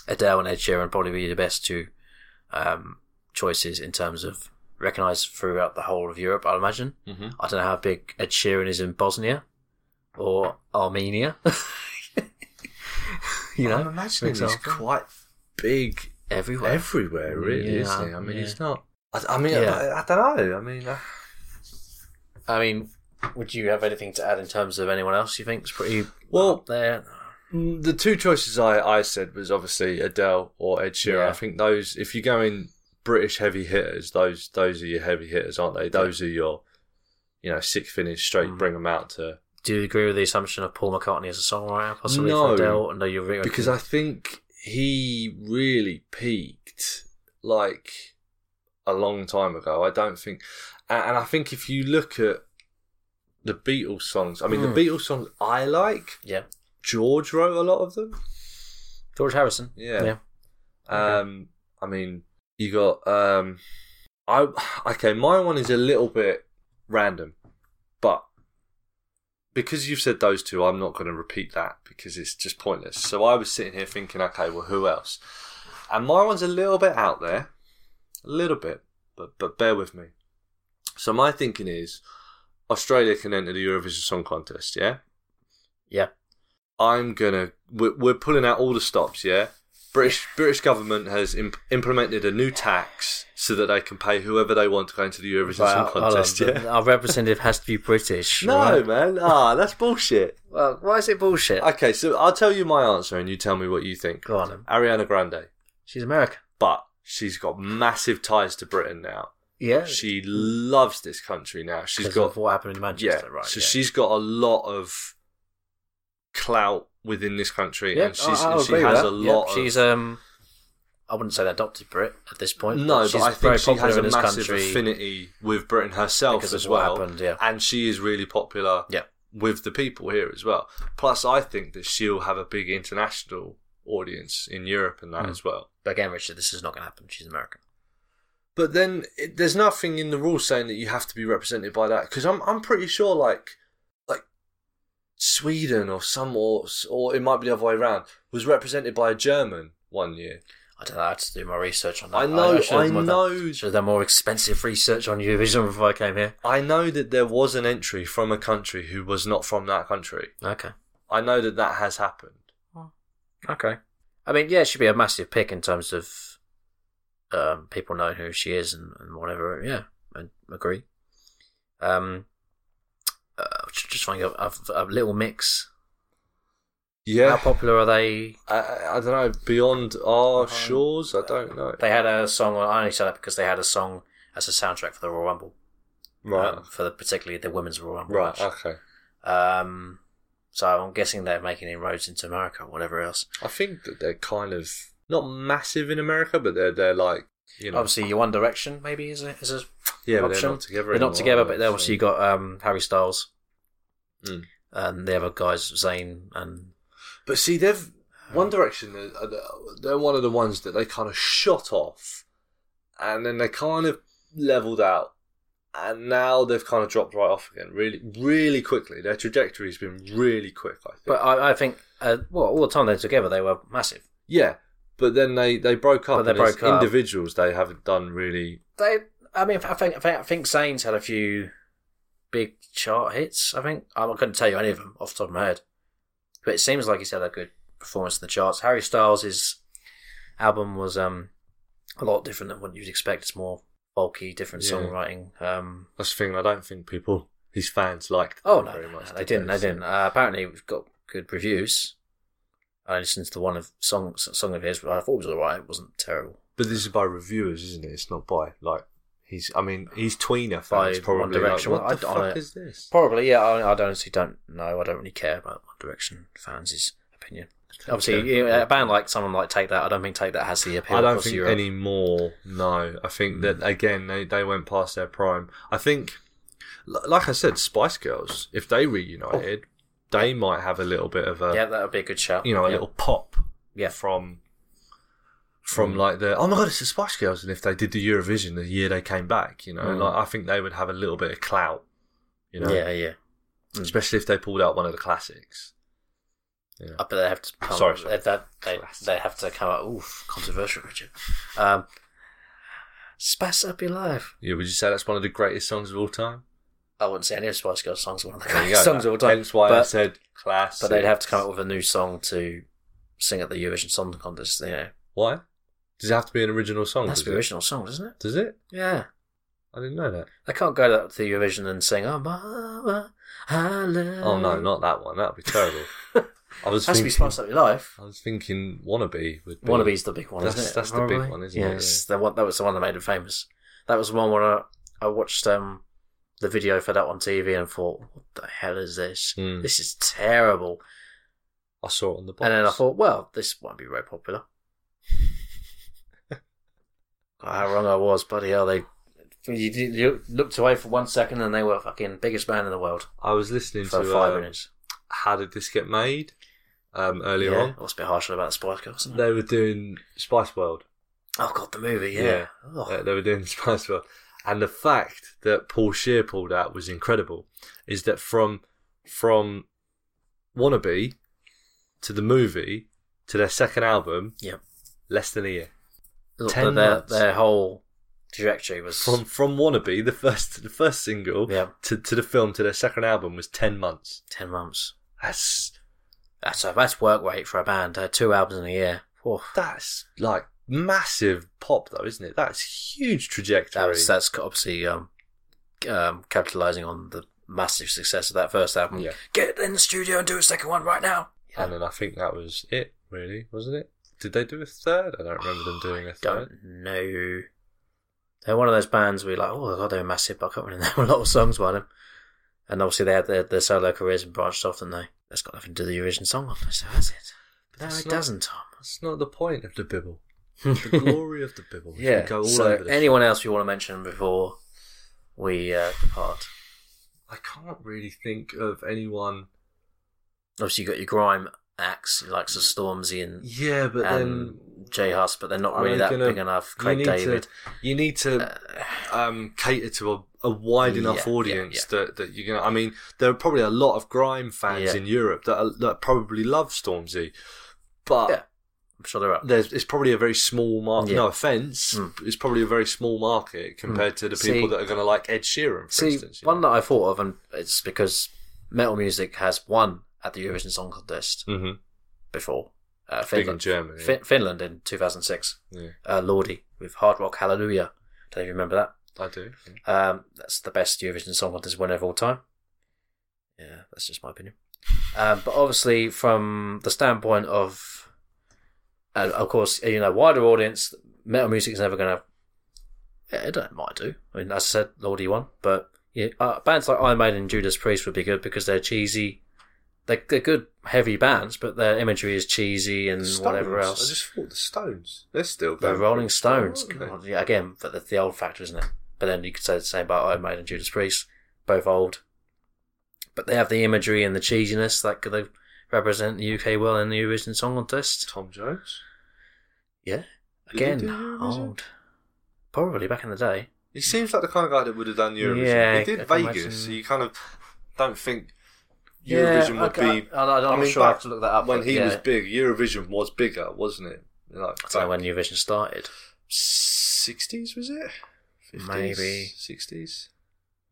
[SPEAKER 2] Adele and Ed Sheeran probably be the best two um, choices in terms of recognised throughout the whole of Europe I'd imagine
[SPEAKER 3] Mhm.
[SPEAKER 2] I don't know how big Ed Sheeran is in Bosnia or Armenia. (laughs) you
[SPEAKER 3] I'm
[SPEAKER 2] know,
[SPEAKER 3] imagining
[SPEAKER 2] for
[SPEAKER 3] he's
[SPEAKER 2] example.
[SPEAKER 3] quite big
[SPEAKER 2] everywhere.
[SPEAKER 3] everywhere, really,
[SPEAKER 2] Yeah,
[SPEAKER 3] isn't he? I mean,
[SPEAKER 2] yeah.
[SPEAKER 3] he's not. I, I mean,
[SPEAKER 2] Yeah.
[SPEAKER 3] I, I don't know. I mean, I,
[SPEAKER 2] I mean, would you have anything to add in terms of anyone else you think is pretty
[SPEAKER 3] Well-
[SPEAKER 2] up there?
[SPEAKER 3] Mm, the two choices I, I said was obviously Adele or Ed Sheeran.
[SPEAKER 2] Yeah.
[SPEAKER 3] I think those, if you're going British heavy hitters, those those are your heavy hitters, aren't they? Those are your, you know, six finish straight, bring 'em
[SPEAKER 2] Mhm.
[SPEAKER 3] bring them out to
[SPEAKER 2] Do you agree with the assumption of Paul McCartney as a songwriter, possibly
[SPEAKER 3] No.
[SPEAKER 2] for Adele? No, you're really
[SPEAKER 3] because I think he really peaked like a long time ago. I don't think, and and I think if you look at the Beatles songs, I mean,
[SPEAKER 2] Mm.
[SPEAKER 3] the Beatles songs I like,
[SPEAKER 2] yeah,
[SPEAKER 3] George wrote a lot of them.
[SPEAKER 2] George Harrison.
[SPEAKER 3] Yeah.
[SPEAKER 2] yeah.
[SPEAKER 3] Um, I mean, you got um, I okay. My one is a little bit random, but because you've said those two, I'm not going to repeat that because it's just pointless. So I was sitting here thinking, okay, well, who else? And my one's a little bit out there, a little bit, but but bear with me. So my thinking is, Australia can enter the Eurovision Song Contest, yeah.
[SPEAKER 2] yeah,
[SPEAKER 3] I'm gonna. We're, we're pulling out all the stops. Yeah, British British government has imp- implemented a new tax so that they can pay whoever they want to go into the Eurovision
[SPEAKER 2] Right,
[SPEAKER 3] Song
[SPEAKER 2] hold on.
[SPEAKER 3] Contest. Yeah.
[SPEAKER 2] Our representative has to be British.
[SPEAKER 3] No,
[SPEAKER 2] right?
[SPEAKER 3] man. Ah, that's bullshit.
[SPEAKER 2] well, why is it bullshit?
[SPEAKER 3] Okay, so I'll tell you my answer, and you tell me what you think.
[SPEAKER 2] Go on, then.
[SPEAKER 3] Ariana Grande,
[SPEAKER 2] she's American.
[SPEAKER 3] but she's got massive ties to Britain now.
[SPEAKER 2] Yeah,
[SPEAKER 3] She loves this country now. She's
[SPEAKER 2] 'Cause
[SPEAKER 3] got
[SPEAKER 2] of what happened in Manchester, right?
[SPEAKER 3] So
[SPEAKER 2] yeah.
[SPEAKER 3] she's got a lot of clout within this country,
[SPEAKER 2] Yeah,
[SPEAKER 3] and she's,
[SPEAKER 2] I- I'll
[SPEAKER 3] she
[SPEAKER 2] agree with
[SPEAKER 3] has
[SPEAKER 2] that.
[SPEAKER 3] a
[SPEAKER 2] Yeah,
[SPEAKER 3] lot. of,
[SPEAKER 2] she's um, I wouldn't say an adopted Brit at this point.
[SPEAKER 3] No,
[SPEAKER 2] she's
[SPEAKER 3] but I think
[SPEAKER 2] very
[SPEAKER 3] she
[SPEAKER 2] popular
[SPEAKER 3] has a
[SPEAKER 2] in this
[SPEAKER 3] massive
[SPEAKER 2] country
[SPEAKER 3] affinity with Britain herself
[SPEAKER 2] because
[SPEAKER 3] as
[SPEAKER 2] of what
[SPEAKER 3] well,
[SPEAKER 2] happened. Yeah,
[SPEAKER 3] and she is really popular
[SPEAKER 2] Yeah.
[SPEAKER 3] with the people here as well. Plus, I think that she'll have a big international audience in Europe and that
[SPEAKER 2] Mm.
[SPEAKER 3] as well.
[SPEAKER 2] but again, Richard, this is not going to happen. She's American.
[SPEAKER 3] But then it, there's nothing in the rules saying that you have to be represented by that because I'm I'm pretty sure like like Sweden or some or or it might be the other way around was represented by a German one year.
[SPEAKER 2] I don't know. I had to do my research on that.
[SPEAKER 3] I know,
[SPEAKER 2] should have
[SPEAKER 3] I
[SPEAKER 2] done-
[SPEAKER 3] know.
[SPEAKER 2] Should have done more expensive research on Eurovision before I came here.
[SPEAKER 3] I know that there was an entry from a country who was not from that country.
[SPEAKER 2] Okay,
[SPEAKER 3] I know that that has happened.
[SPEAKER 2] okay. I mean, yeah, it should be a massive pick in terms of um, people knowing who she is and, and whatever. Yeah, I agree. Um, uh, just trying to a, a little mix. How
[SPEAKER 3] Yeah.
[SPEAKER 2] popular are they?
[SPEAKER 3] I, I don't know. Beyond our
[SPEAKER 2] Behind-
[SPEAKER 3] shores, I don't know.
[SPEAKER 2] They had a song. I only said that because they had a song as a soundtrack for the Royal Rumble,
[SPEAKER 3] Right.
[SPEAKER 2] um, for the, particularly the women's Royal Rumble.
[SPEAKER 3] right.
[SPEAKER 2] match.
[SPEAKER 3] Okay.
[SPEAKER 2] Um, So I'm guessing they're making inroads into America or whatever else.
[SPEAKER 3] I think that they're kind of not massive in America, but they're they're like you know
[SPEAKER 2] Obviously, One Direction maybe is a, is a
[SPEAKER 3] yeah, but
[SPEAKER 2] option.
[SPEAKER 3] they're not together.
[SPEAKER 2] they're not
[SPEAKER 3] anymore,
[SPEAKER 2] together,
[SPEAKER 3] are
[SPEAKER 2] but
[SPEAKER 3] they?
[SPEAKER 2] they obviously got um, Harry Styles
[SPEAKER 3] Mm.
[SPEAKER 2] and the other guys, Zayn and
[SPEAKER 3] But see, they've One Direction. are- are- They're one of the ones that they kind of shot off, and then they kind of leveled out, and now they've kind of dropped right off again, really, really quickly. Their trajectory's been really quick, I think.
[SPEAKER 2] But I, I think, uh, well, all the time they're together, they were massive.
[SPEAKER 3] yeah, but then they they broke up.
[SPEAKER 2] But they
[SPEAKER 3] and as
[SPEAKER 2] broke up.
[SPEAKER 3] Individuals, they haven't done really.
[SPEAKER 2] They, I mean, I think, I think, I think Zayn's had a few big chart hits. I think I couldn't tell you any of them off the top of my head, but it seems like he's had a good performance in the charts. Harry Styles' album was um a lot different than what you'd expect. It's more bulky, different
[SPEAKER 3] Yeah.
[SPEAKER 2] songwriting. Um,
[SPEAKER 3] That's the thing. I don't think people, his fans, liked.
[SPEAKER 2] Oh
[SPEAKER 3] them
[SPEAKER 2] no,
[SPEAKER 3] very much.
[SPEAKER 2] no, they
[SPEAKER 3] did
[SPEAKER 2] didn't. They
[SPEAKER 3] So-
[SPEAKER 2] didn't. Uh, apparently, it got good reviews. I listened to one of song song of his, but I thought it was alright. It wasn't terrible.
[SPEAKER 3] But this is by reviewers, isn't it? It's not by like he's. I mean, he's tweener
[SPEAKER 2] By
[SPEAKER 3] fans
[SPEAKER 2] One
[SPEAKER 3] probably. like,
[SPEAKER 2] Direction,
[SPEAKER 3] what
[SPEAKER 2] I
[SPEAKER 3] the
[SPEAKER 2] don't
[SPEAKER 3] fuck
[SPEAKER 2] know.
[SPEAKER 3] is this?
[SPEAKER 2] Probably, yeah. I, I honestly don't know. I don't really care about One Direction fans' opinion. Obviously,
[SPEAKER 3] Okay.
[SPEAKER 2] you know, a band like someone like Take That, I don't think Take That has the appeal.
[SPEAKER 3] I don't
[SPEAKER 2] across
[SPEAKER 3] think
[SPEAKER 2] Europe.
[SPEAKER 3] any more. No, I think that again they, they went past their prime. I think, l- like I said, Spice Girls, if they reunited, they might have a little bit of a
[SPEAKER 2] Oh. Yeah, that would be a good shout.
[SPEAKER 3] uh, you know a
[SPEAKER 2] yeah.
[SPEAKER 3] little pop
[SPEAKER 2] Yeah. Mm.
[SPEAKER 3] from from like the oh my god it's the Spice Girls and if they did the Eurovision the year they came back you know
[SPEAKER 2] Mm.
[SPEAKER 3] like I think they would have a little bit of clout you know Mm.
[SPEAKER 2] Yeah, yeah.
[SPEAKER 3] especially if they pulled out one of the classics yeah
[SPEAKER 2] Uh, But they have to. Come,
[SPEAKER 3] Sorry, sorry.
[SPEAKER 2] They, that- they, they have to come out. Oof, controversial, Richard. Um, Spice up your life.
[SPEAKER 3] yeah would you say that's one of the greatest songs of all time
[SPEAKER 2] I wouldn't say any of Spice Girls songs are one of the
[SPEAKER 3] There you
[SPEAKER 2] (laughs) greatest
[SPEAKER 3] go.
[SPEAKER 2] songs of all time.
[SPEAKER 3] Hence why I
[SPEAKER 2] but-
[SPEAKER 3] said class.
[SPEAKER 2] But they'd have to come up with a new song to sing at the Eurovision Song Contest. You know,
[SPEAKER 3] Why? Does it have to be an original song?
[SPEAKER 2] that's
[SPEAKER 3] does
[SPEAKER 2] the
[SPEAKER 3] it?
[SPEAKER 2] original song, isn't it?
[SPEAKER 3] Does it?
[SPEAKER 2] Yeah,
[SPEAKER 3] I didn't know that.
[SPEAKER 2] they can't go up to the Eurovision and sing "Oh Mama, I love."
[SPEAKER 3] Oh no, not that one. That would be
[SPEAKER 2] (laughs)
[SPEAKER 3] terrible. I was
[SPEAKER 2] Um, has to
[SPEAKER 3] thinking.
[SPEAKER 2] be Spice Up Your Life.
[SPEAKER 3] I was thinking wannabe would be.
[SPEAKER 2] Wannabe's the big one,
[SPEAKER 3] That's-
[SPEAKER 2] isn't it?
[SPEAKER 3] that's the big one, isn't it?
[SPEAKER 2] Yes, the one that was the one that made it famous. That was the one where I, I watched um the video for that on TV and thought, "What the hell is this?
[SPEAKER 3] Hmm.
[SPEAKER 2] This is terrible."
[SPEAKER 3] I saw it on the box.
[SPEAKER 2] And then I thought, well, this won't be
[SPEAKER 3] (laughs)
[SPEAKER 2] very popular. God, How wrong I was, bloody hell! They you, did- you looked away for one second, and they were fucking biggest band in the world
[SPEAKER 3] I was listening
[SPEAKER 2] for
[SPEAKER 3] to
[SPEAKER 2] five
[SPEAKER 3] um,
[SPEAKER 2] minutes.
[SPEAKER 3] how did this get made um, earlier
[SPEAKER 2] yeah,
[SPEAKER 3] on.
[SPEAKER 2] I was a bit harsher about the Spice Girls. wasn't I?
[SPEAKER 3] They were doing Spice World.
[SPEAKER 2] Oh god, the movie, yeah.
[SPEAKER 3] Yeah.
[SPEAKER 2] Oh,
[SPEAKER 3] Uh, they were doing (laughs) Spice World, and the fact that Paul Shear pulled out was incredible. Is that from from wannabe to the movie to their second album?
[SPEAKER 2] Yep.
[SPEAKER 3] less than a year.
[SPEAKER 2] look,
[SPEAKER 3] 10
[SPEAKER 2] their,
[SPEAKER 3] months.
[SPEAKER 2] their whole trajectory was
[SPEAKER 3] From from wannabe, the first the first single
[SPEAKER 2] Yeah.
[SPEAKER 3] to to the film to their second album was ten months.
[SPEAKER 2] ten months.
[SPEAKER 3] That's
[SPEAKER 2] That's that's work rate for a band. Uh, two albums in a year. Whew.
[SPEAKER 3] that's like massive pop though, isn't it? That's huge trajectory.
[SPEAKER 2] That was, that's obviously um, um, capitalizing on the massive success of that first album.
[SPEAKER 3] Yeah.
[SPEAKER 2] Get in the studio and do a second one right now.
[SPEAKER 3] And then I think that was it, really, wasn't it? Did they do a third? I don't remember them doing a third.
[SPEAKER 2] Don't know. They're one of those bands where you're like, oh god, they're massive, but I can't really (laughs) know a lot of songs by them. And obviously they had their, their solo careers and branched off, and they that's got nothing to do with the Eurovision Song Contest, has it?
[SPEAKER 3] But
[SPEAKER 2] No,
[SPEAKER 3] that's
[SPEAKER 2] it
[SPEAKER 3] not-
[SPEAKER 2] doesn't,
[SPEAKER 3] That's not the point of the Bible.
[SPEAKER 2] (laughs)
[SPEAKER 3] The
[SPEAKER 2] Tom.
[SPEAKER 3] glory of the Bible. We
[SPEAKER 2] yeah.
[SPEAKER 3] can go all
[SPEAKER 2] so,
[SPEAKER 3] over this.
[SPEAKER 2] anyone else you want to mention before we uh, depart?
[SPEAKER 3] I can't really think of anyone.
[SPEAKER 2] Obviously, you got your grime acts, your likes of Stormzy and
[SPEAKER 3] Yeah, but
[SPEAKER 2] and Jay Huss, but they're not
[SPEAKER 3] Are
[SPEAKER 2] really
[SPEAKER 3] they
[SPEAKER 2] that
[SPEAKER 3] gonna-
[SPEAKER 2] big enough.
[SPEAKER 3] then you
[SPEAKER 2] Craig
[SPEAKER 3] need
[SPEAKER 2] David.
[SPEAKER 3] to you need to
[SPEAKER 2] Um, Uh,
[SPEAKER 3] um, cater to a, a wide
[SPEAKER 2] Yeah,
[SPEAKER 3] enough
[SPEAKER 2] yeah,
[SPEAKER 3] audience that that you're gonna. I mean, there are probably a lot of grime fans
[SPEAKER 2] Yeah.
[SPEAKER 3] in Europe that are, that probably love Stormzy, but
[SPEAKER 2] Yeah. I'm sure they're up.
[SPEAKER 3] there's it's probably a very small market.
[SPEAKER 2] Yeah. Hmm.
[SPEAKER 3] No offense, it's probably a very small market compared to the
[SPEAKER 2] See-
[SPEAKER 3] people that are going to like Ed Sheeran, for
[SPEAKER 2] See,
[SPEAKER 3] instance. you
[SPEAKER 2] one
[SPEAKER 3] know.
[SPEAKER 2] that I thought of, and it's because metal music has won at the Eurovision Song Contest
[SPEAKER 3] Mhm.
[SPEAKER 2] before.
[SPEAKER 3] big
[SPEAKER 2] Uh,
[SPEAKER 3] in
[SPEAKER 2] Finland,
[SPEAKER 3] Germany.
[SPEAKER 2] Fin- Finland in 2006.
[SPEAKER 3] Yeah.
[SPEAKER 2] Uh, Lordi with Hard Rock Hallelujah. Don't you remember that?
[SPEAKER 3] I do. yeah.
[SPEAKER 2] Um, that's the best Eurovision Song Contest winner of all time. Yeah, that's just my opinion. Um, but obviously, from the standpoint of, and of course, you know, wider audience, metal music is never going to. Yeah, it don't- might do. I mean, as I said, Lordy one, but yeah, uh, bands like Iron Maiden and Judas Priest would be good because they're cheesy, They're, they're good heavy bands, but their imagery is cheesy and
[SPEAKER 3] The Stones.
[SPEAKER 2] whatever else.
[SPEAKER 3] I just thought the Stones. They're still
[SPEAKER 2] The
[SPEAKER 3] going.
[SPEAKER 2] Rolling Stones.
[SPEAKER 3] Aren't they?
[SPEAKER 2] God, yeah, again, but that's the old factor, isn't it? But then you could say the same about Iron Maiden and Judas Priest, both old. But they have the imagery and the cheesiness that could they represent the UK well in the Eurovision Song Contest.
[SPEAKER 3] Tom Jones.
[SPEAKER 2] Yeah,
[SPEAKER 3] Did they do
[SPEAKER 2] again, Oh.
[SPEAKER 3] Eurovision?
[SPEAKER 2] old. Probably back in the day.
[SPEAKER 3] He seems like the kind of guy that would have done Eurovision.
[SPEAKER 2] Yeah,
[SPEAKER 3] he did
[SPEAKER 2] I can
[SPEAKER 3] Vegas,
[SPEAKER 2] imagine.
[SPEAKER 3] so you kind of don't think Eurovision
[SPEAKER 2] yeah,
[SPEAKER 3] would
[SPEAKER 2] okay,
[SPEAKER 3] be.
[SPEAKER 2] I, I, I'm
[SPEAKER 3] I mean,
[SPEAKER 2] sure I
[SPEAKER 3] back
[SPEAKER 2] have to look that up.
[SPEAKER 3] when
[SPEAKER 2] but
[SPEAKER 3] he
[SPEAKER 2] yeah.
[SPEAKER 3] was big, Eurovision was bigger, wasn't it? Like
[SPEAKER 2] I don't know when Eurovision started.
[SPEAKER 3] sixties was it? 50s,
[SPEAKER 2] Maybe.
[SPEAKER 3] sixties.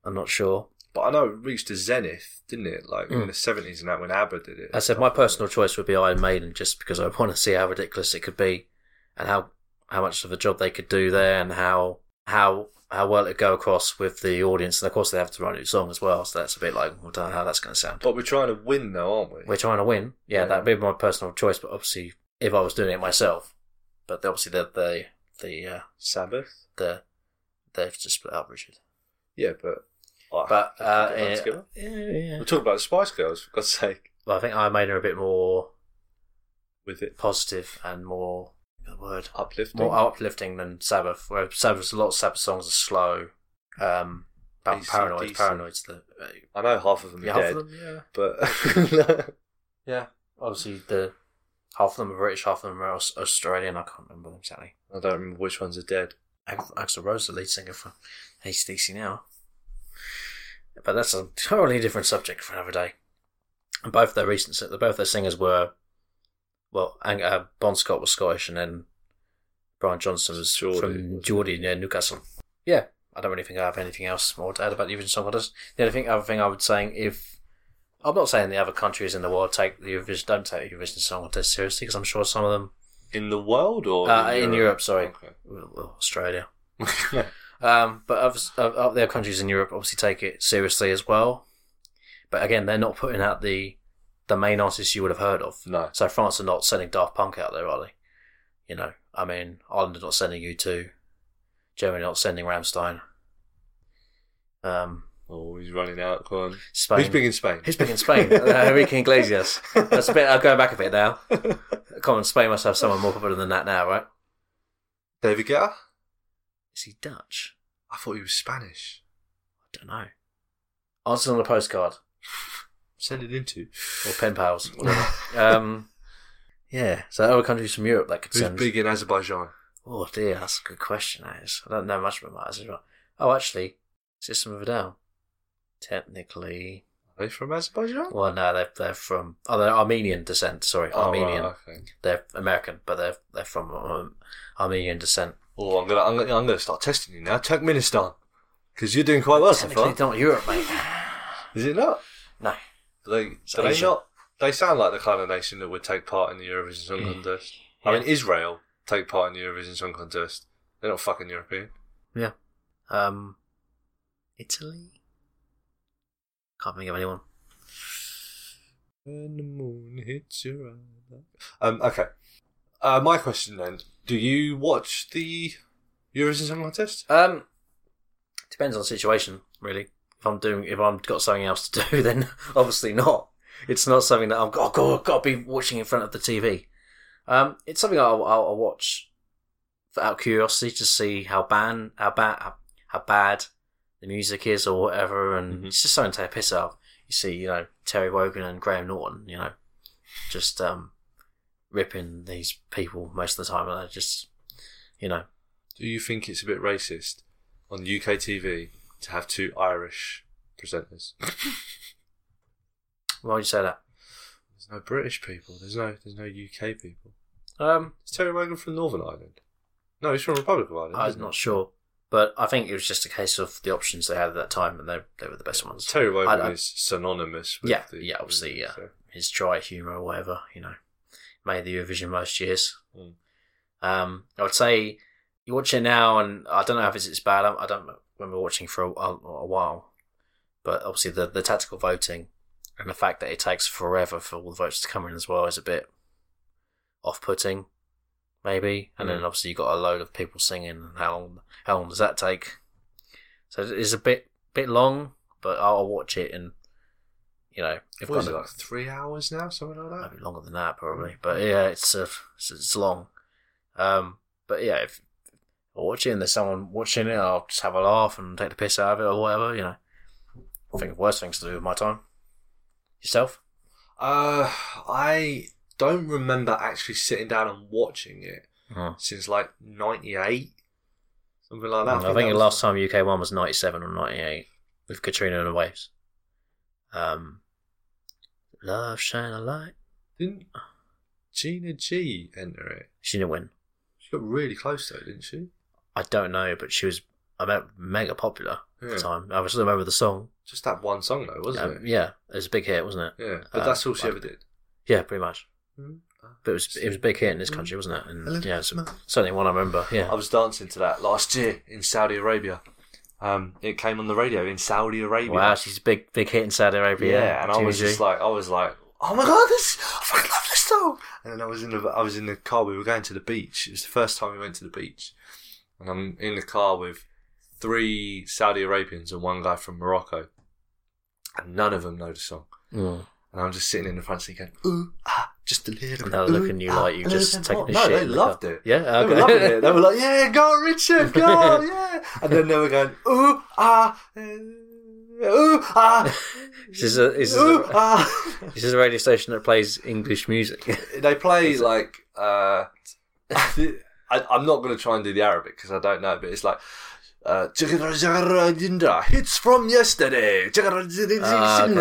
[SPEAKER 2] I'm not sure.
[SPEAKER 3] But I know it reached a zenith, didn't it? Like in
[SPEAKER 2] Mm.
[SPEAKER 3] the seventies and that when ABBA did it.
[SPEAKER 2] I said my personal choice would be Iron Maiden, just because I want to see how ridiculous it could be, and how how much of a job they could do there, and how how how well it would go across with the audience. And of course, they have to write a new song as well, so that's a bit like, well, don't know how that's going to sound.
[SPEAKER 3] But we're trying to win though, aren't we?
[SPEAKER 2] We're trying to win, yeah,
[SPEAKER 3] Yeah.
[SPEAKER 2] that'd be my personal choice. But obviously, if I was doing it myself, but obviously the the the uh,
[SPEAKER 3] Sabbath.
[SPEAKER 2] the they've just split up, Richard.
[SPEAKER 3] Yeah, but oh,
[SPEAKER 2] But
[SPEAKER 3] I
[SPEAKER 2] uh,
[SPEAKER 3] think they're
[SPEAKER 2] yeah,
[SPEAKER 3] together.
[SPEAKER 2] yeah, yeah.
[SPEAKER 3] we're talking about the Spice Girls for God's sake.
[SPEAKER 2] Well, I think Iron Maiden are a bit more
[SPEAKER 3] With it
[SPEAKER 2] positive and more good word.
[SPEAKER 3] uplifting.
[SPEAKER 2] more uplifting than Sabbath. Where Sabbath, a lot of Sabbath songs are slow. Um, about
[SPEAKER 3] Decent,
[SPEAKER 2] paranoid,
[SPEAKER 3] decent.
[SPEAKER 2] paranoid's the uh,
[SPEAKER 3] I know half of them
[SPEAKER 2] yeah,
[SPEAKER 3] are
[SPEAKER 2] half
[SPEAKER 3] dead,
[SPEAKER 2] of them, yeah,
[SPEAKER 3] but
[SPEAKER 2] yeah. Obviously, the half of them are British, half of them are Aus- Australian. I can't remember them exactly.
[SPEAKER 3] (laughs) I don't remember which ones are dead.
[SPEAKER 2] Ag- Axel Rose, the lead singer from ACDC now, but that's a totally different subject for another day. And both their recent, si- both their singers were, well, Ang- uh, Bon Scott was Scottish, and then Brian Johnson was
[SPEAKER 3] Geordie,
[SPEAKER 2] from
[SPEAKER 3] wasn't
[SPEAKER 2] Geordie near Newcastle. Yeah, I don't really think I have anything else more to add about the Eurovision Song Contest. The only thing, other thing I would saying if I'm not saying the other countries in the world take the Eurovision, don't take the Eurovision Song Contest seriously because I'm sure some of them
[SPEAKER 3] In the world or
[SPEAKER 2] uh, in Europe, sorry,
[SPEAKER 3] Okay.
[SPEAKER 2] Well, well, Australia.
[SPEAKER 3] yeah, (laughs)
[SPEAKER 2] Um, but other, uh, other countries in Europe obviously take it seriously as well. But again, they're not putting out the the main artists you would have heard of.
[SPEAKER 3] No.
[SPEAKER 2] So France are not sending Daft Punk out there, are they? You know, I mean, Ireland are not sending U2. Germany not sending Ramstein. Um,
[SPEAKER 3] Oh, he's running out. Come on.
[SPEAKER 2] Spain.
[SPEAKER 3] Who's big in Spain?
[SPEAKER 2] (laughs) Who's big in Spain? uh, Enrique Iglesias. That's a bit. I'm going back a bit now. Come on, Spain must have someone more popular than that now, right?
[SPEAKER 3] (laughs) David Guetta?
[SPEAKER 2] Is he Dutch?
[SPEAKER 3] I thought he was Spanish.
[SPEAKER 2] I don't know. Answers on a postcard.
[SPEAKER 3] Send it into.
[SPEAKER 2] or pen
[SPEAKER 3] (laughs)
[SPEAKER 2] pals, whatever. um, yeah, so other countries from Europe that could
[SPEAKER 3] Who's
[SPEAKER 2] send.
[SPEAKER 3] big in Azerbaijan?
[SPEAKER 2] Oh dear, that's a good question. That is. I don't know much about Azerbaijan. Oh, actually, System of a Down. Technically,
[SPEAKER 3] Are they from Azerbaijan?
[SPEAKER 2] well, no, they're they're from oh, they're Armenian descent. Sorry,
[SPEAKER 3] Oh,
[SPEAKER 2] Armenian.
[SPEAKER 3] right, okay.
[SPEAKER 2] They're American, but they're they're from um, Armenian descent.
[SPEAKER 3] oh I'm gonna, I'm gonna, I'm gonna start testing you now. Turkmenistan, because you're doing quite Oh, well so
[SPEAKER 2] Technically,
[SPEAKER 3] far.
[SPEAKER 2] they're not Europe, mate.
[SPEAKER 3] Is it not?
[SPEAKER 2] No,
[SPEAKER 3] Do they,
[SPEAKER 2] It's
[SPEAKER 3] do they
[SPEAKER 2] Asia.
[SPEAKER 3] not? They sound like the kind of nation that would take part in the Eurovision Song
[SPEAKER 2] Yeah.
[SPEAKER 3] Contest. I
[SPEAKER 2] Yeah.
[SPEAKER 3] mean, Israel take part in the Eurovision Song Contest. They're not fucking European.
[SPEAKER 2] um, Italy. Can't think of anyone.
[SPEAKER 3] When the moon hits your eye. Um, okay. Uh, my question then: Do you watch the Eurovision Song Contest?
[SPEAKER 2] Um, depends on the situation, really. If I'm doing, if I'm got something else to do, (laughs) then obviously not. It's not something that I'm oh god, I've got to be watching in front of the TV. Um, it's something I'll, I'll, I'll watch for out of curiosity to see how ban how bad how, how bad the music is or whatever, and
[SPEAKER 3] Mhm.
[SPEAKER 2] it's just something to take a piss out. of. You see, you know Terry Wogan and Graham Norton, you know, just um ripping these people most of the time, and they're just you know
[SPEAKER 3] Do you think it's a bit racist on UK TV to have two Irish presenters?
[SPEAKER 2] why would you say that?
[SPEAKER 3] There's no British people. There's no. There's no UK people.
[SPEAKER 2] Um,
[SPEAKER 3] Is Terry Wogan from Northern Ireland? No, he's from Republic of Ireland.
[SPEAKER 2] I'm
[SPEAKER 3] isn't
[SPEAKER 2] not
[SPEAKER 3] he?
[SPEAKER 2] sure, but I think it was just a case of the options they had at that time, and they they were the best ones.
[SPEAKER 3] Terry
[SPEAKER 2] I
[SPEAKER 3] Wogan
[SPEAKER 2] don't-
[SPEAKER 3] is synonymous with
[SPEAKER 2] Yeah,
[SPEAKER 3] the,
[SPEAKER 2] yeah, obviously, yeah.
[SPEAKER 3] so-
[SPEAKER 2] His dry humour or whatever, you know, made the Eurovision most years.
[SPEAKER 3] Mm.
[SPEAKER 2] Um, I would say you watch it now, and I don't know if it's, it's bad. I, I don't remember watching for a, a, a while, but obviously the the tactical voting and the fact that it takes forever for all the votes to come in as well is a bit off putting, maybe. And then
[SPEAKER 3] Mm.
[SPEAKER 2] obviously you've got a load of people singing, and how long how long does that take? So it's a bit bit long, but I'll watch it and you know, if
[SPEAKER 3] What is
[SPEAKER 2] one
[SPEAKER 3] it,
[SPEAKER 2] of-
[SPEAKER 3] like three hours now, something like that?
[SPEAKER 2] might be longer than that probably, but yeah, it's uh, it's, it's long. Um, but yeah, if you're watching, there's someone watching it, I'll just have a laugh and take the piss out of it or whatever. You know, I think of worse things to do with my time. Yourself?
[SPEAKER 3] Uh, I don't remember actually sitting down and watching it since like '98, something like that.
[SPEAKER 2] I think
[SPEAKER 3] that
[SPEAKER 2] the
[SPEAKER 3] was-
[SPEAKER 2] last time UK won was '97 or '98 with Katrina and the Waves. Um, love shine a light.
[SPEAKER 3] didn't Gina G enter it.
[SPEAKER 2] She didn't win.
[SPEAKER 3] She got really close though, didn't she?
[SPEAKER 2] I don't know, but she was I meant mega popular at
[SPEAKER 3] Yeah.
[SPEAKER 2] the time. I still remember the song.
[SPEAKER 3] Just that one song though, wasn't
[SPEAKER 2] Um, yeah, it was a big hit, wasn't it?
[SPEAKER 3] it? Yeah, but
[SPEAKER 2] uh,
[SPEAKER 3] that's all she
[SPEAKER 2] I-
[SPEAKER 3] ever did.
[SPEAKER 2] Yeah, pretty much.
[SPEAKER 3] Uh,
[SPEAKER 2] But it was it was a big hit in this country, wasn't it?
[SPEAKER 3] Hello,
[SPEAKER 2] And yeah, it's
[SPEAKER 3] smile.
[SPEAKER 2] certainly one I remember.
[SPEAKER 3] I
[SPEAKER 2] Yeah,
[SPEAKER 3] was dancing to that last year in Saudi Arabia. Um, it came on the radio in Saudi Arabia.
[SPEAKER 2] wow, she's a big big hit in Saudi
[SPEAKER 3] yeah,
[SPEAKER 2] Arabia.
[SPEAKER 3] and I was
[SPEAKER 2] TVG.
[SPEAKER 3] just like, I was like, oh my god, this, I fucking love this song. And then I was in the, I was in the car. We were going to the beach. It was the first time we went to the beach, and I'm in the car with three Saudi Arabians and one guy from Morocco, and none of them know the song.
[SPEAKER 2] Mm.
[SPEAKER 3] And I'm just sitting in the front seat going, ooh, ah, just a little bit.
[SPEAKER 2] And they were
[SPEAKER 3] ooh,
[SPEAKER 2] looking at you
[SPEAKER 3] ah,
[SPEAKER 2] like you
[SPEAKER 3] a
[SPEAKER 2] just
[SPEAKER 3] little bit
[SPEAKER 2] taking
[SPEAKER 3] more."
[SPEAKER 2] a
[SPEAKER 3] no,
[SPEAKER 2] shit
[SPEAKER 3] they
[SPEAKER 2] in the
[SPEAKER 3] loved it.
[SPEAKER 2] yeah,
[SPEAKER 3] They were loving
[SPEAKER 2] okay.
[SPEAKER 3] it. They were like, yeah, go on, Richard, go on, yeah. And then they were going, ooh, ah, eh, ooh, ah,
[SPEAKER 2] This is a this is
[SPEAKER 3] ooh,
[SPEAKER 2] a,
[SPEAKER 3] ah.
[SPEAKER 2] (laughs)
[SPEAKER 3] (laughs)
[SPEAKER 2] this is a radio station that plays English music.
[SPEAKER 3] They play like, uh, (laughs) I, I'm not going to try and do the Arabic because I don't know, but it's like, uh, hits from yesterday.
[SPEAKER 2] Ah, okay,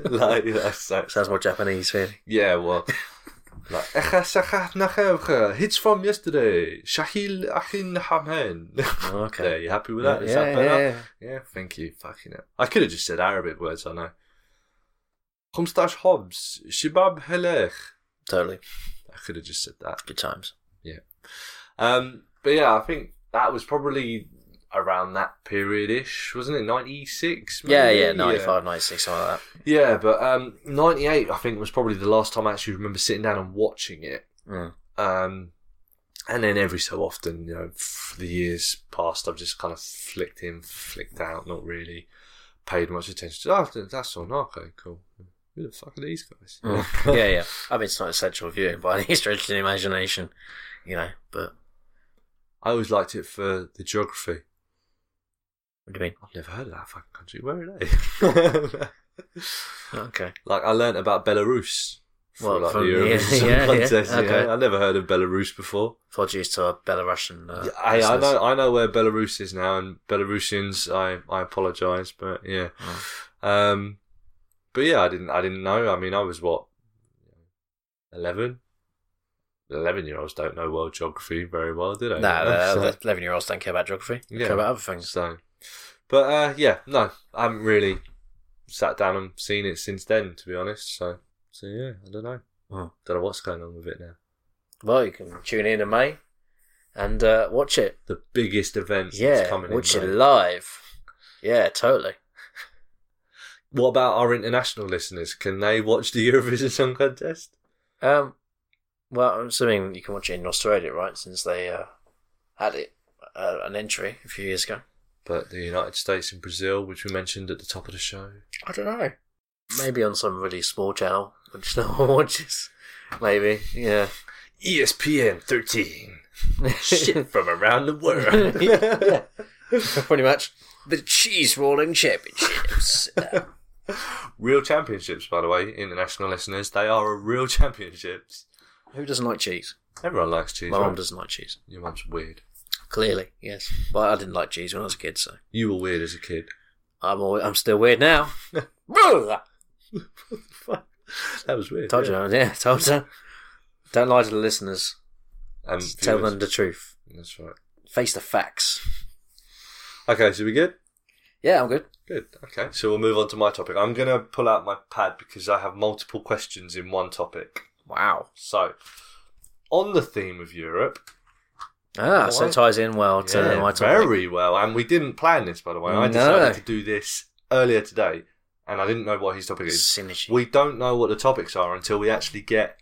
[SPEAKER 3] (laughs) like, that's so,
[SPEAKER 2] Sounds more Japanese, really.
[SPEAKER 3] Yeah, well, like "Echa sacha nacha hits from yesterday. Shahil Ahin Hamhen.
[SPEAKER 2] Oh,
[SPEAKER 3] There,
[SPEAKER 2] okay.
[SPEAKER 3] you happy with that? Is that better? Yeah. thank you. Fucking it. I could have just said Arabic words. I know. Khumstash Hobbs, Shibab Helech.
[SPEAKER 2] Totally.
[SPEAKER 3] I could have just said that.
[SPEAKER 2] Good times.
[SPEAKER 3] Um, but yeah, I think that was probably around that period ish, wasn't it? Ninety six.
[SPEAKER 2] Yeah, yeah, 95, 96, something like
[SPEAKER 3] Yeah, but um, 98, I think, was probably the last time I actually remember sitting down and watching it.
[SPEAKER 2] Mm.
[SPEAKER 3] Um, and then every so often, you know, f- the years past, I've just kind of flicked in, flicked out, not really paid much attention to oh, th- that's on. Okay, cool. Who the fuck are these guys?
[SPEAKER 2] that. Mm. yeah, yeah. I mean, it's not essential viewing by any stretch of the imagination, you know, but
[SPEAKER 3] I always liked it for the geography.
[SPEAKER 2] what do you
[SPEAKER 3] I've never heard of that fucking country. Where are
[SPEAKER 2] (laughs)
[SPEAKER 3] they?
[SPEAKER 2] mean? Okay.
[SPEAKER 3] like, I learnt about Belarus. For,
[SPEAKER 2] Well,
[SPEAKER 3] like,
[SPEAKER 2] from-
[SPEAKER 3] the
[SPEAKER 2] (laughs) yeah,
[SPEAKER 3] Eurovision
[SPEAKER 2] yeah, yeah,
[SPEAKER 3] contest, you
[SPEAKER 2] okay.
[SPEAKER 3] know? I never heard of Belarus before.
[SPEAKER 2] Apologies to our Belarusian. Uh,
[SPEAKER 3] Yeah, I, I
[SPEAKER 2] listeners.
[SPEAKER 3] know I know where Belarus is now, and Belarusians, I, I apologize, but yeah,
[SPEAKER 2] Mm.
[SPEAKER 3] um, but yeah, I didn't I didn't know. I mean, I was what 11? 11 year olds don't know world geography very well, do they? (laughs)
[SPEAKER 2] Nah,
[SPEAKER 3] You know, so-
[SPEAKER 2] 11 year olds don't care about geography. They
[SPEAKER 3] Yeah.
[SPEAKER 2] care about other things.
[SPEAKER 3] so, but uh, yeah, no, I haven't really sat down and seen it since then, to be honest. So, so yeah, I don't know.
[SPEAKER 2] Hmm.
[SPEAKER 3] Don't know what's going on with it now.
[SPEAKER 2] Well, you can tune in in May and uh, watch it.
[SPEAKER 3] The biggest event that's
[SPEAKER 2] Yeah,
[SPEAKER 3] coming
[SPEAKER 2] watch
[SPEAKER 3] in.
[SPEAKER 2] it
[SPEAKER 3] mate.
[SPEAKER 2] live. Yeah, totally.
[SPEAKER 3] What about our international listeners? Can they watch the Eurovision Song Contest?
[SPEAKER 2] Um, well, I'm assuming you can watch it in Australia, right? Since they uh, had it uh, an entry a few years ago.
[SPEAKER 3] But the United States and Brazil, which we mentioned at the top of the show.
[SPEAKER 2] I don't know. Maybe on some really small channel, which no one (laughs) watches. Maybe, yeah.
[SPEAKER 3] E ESPN 13. (laughs) Shit from around the world.
[SPEAKER 2] (laughs) Yeah.
[SPEAKER 3] (laughs)
[SPEAKER 2] Pretty much. The cheese rolling
[SPEAKER 3] (laughs)
[SPEAKER 2] championships.
[SPEAKER 3] Real championships, by the way, international listeners. They are a real championships.
[SPEAKER 2] Who doesn't like cheese?
[SPEAKER 3] Everyone likes cheese.
[SPEAKER 2] My mum
[SPEAKER 3] right?
[SPEAKER 2] doesn't like cheese.
[SPEAKER 3] Your mum's weird.
[SPEAKER 2] Clearly, yes. Well, I didn't like cheese when I was a kid, so
[SPEAKER 3] You were weird as a kid. (laughs)
[SPEAKER 2] I'm always, I'm still weird now. Told
[SPEAKER 3] Fuck. that was weird.
[SPEAKER 2] you, I- yeah, told you. Don't lie to the listeners.
[SPEAKER 3] Um,
[SPEAKER 2] Just tell them the truth.
[SPEAKER 3] That's right.
[SPEAKER 2] Face the facts.
[SPEAKER 3] Okay, so we good?
[SPEAKER 2] Yeah, I'm good.
[SPEAKER 3] Good. Okay. So we'll move on to my topic. I'm going to pull out my pad because I have multiple questions in one topic.
[SPEAKER 2] Wow.
[SPEAKER 3] So, on the theme of Europe,
[SPEAKER 2] Ah, so
[SPEAKER 3] Why?
[SPEAKER 2] it ties in well to
[SPEAKER 3] yeah,
[SPEAKER 2] my topic.
[SPEAKER 3] very well. And we didn't plan this, by the way. I
[SPEAKER 2] No.
[SPEAKER 3] decided to do this earlier today, and I didn't know what his topic is.
[SPEAKER 2] Synergy.
[SPEAKER 3] We don't know what the topics are until we actually get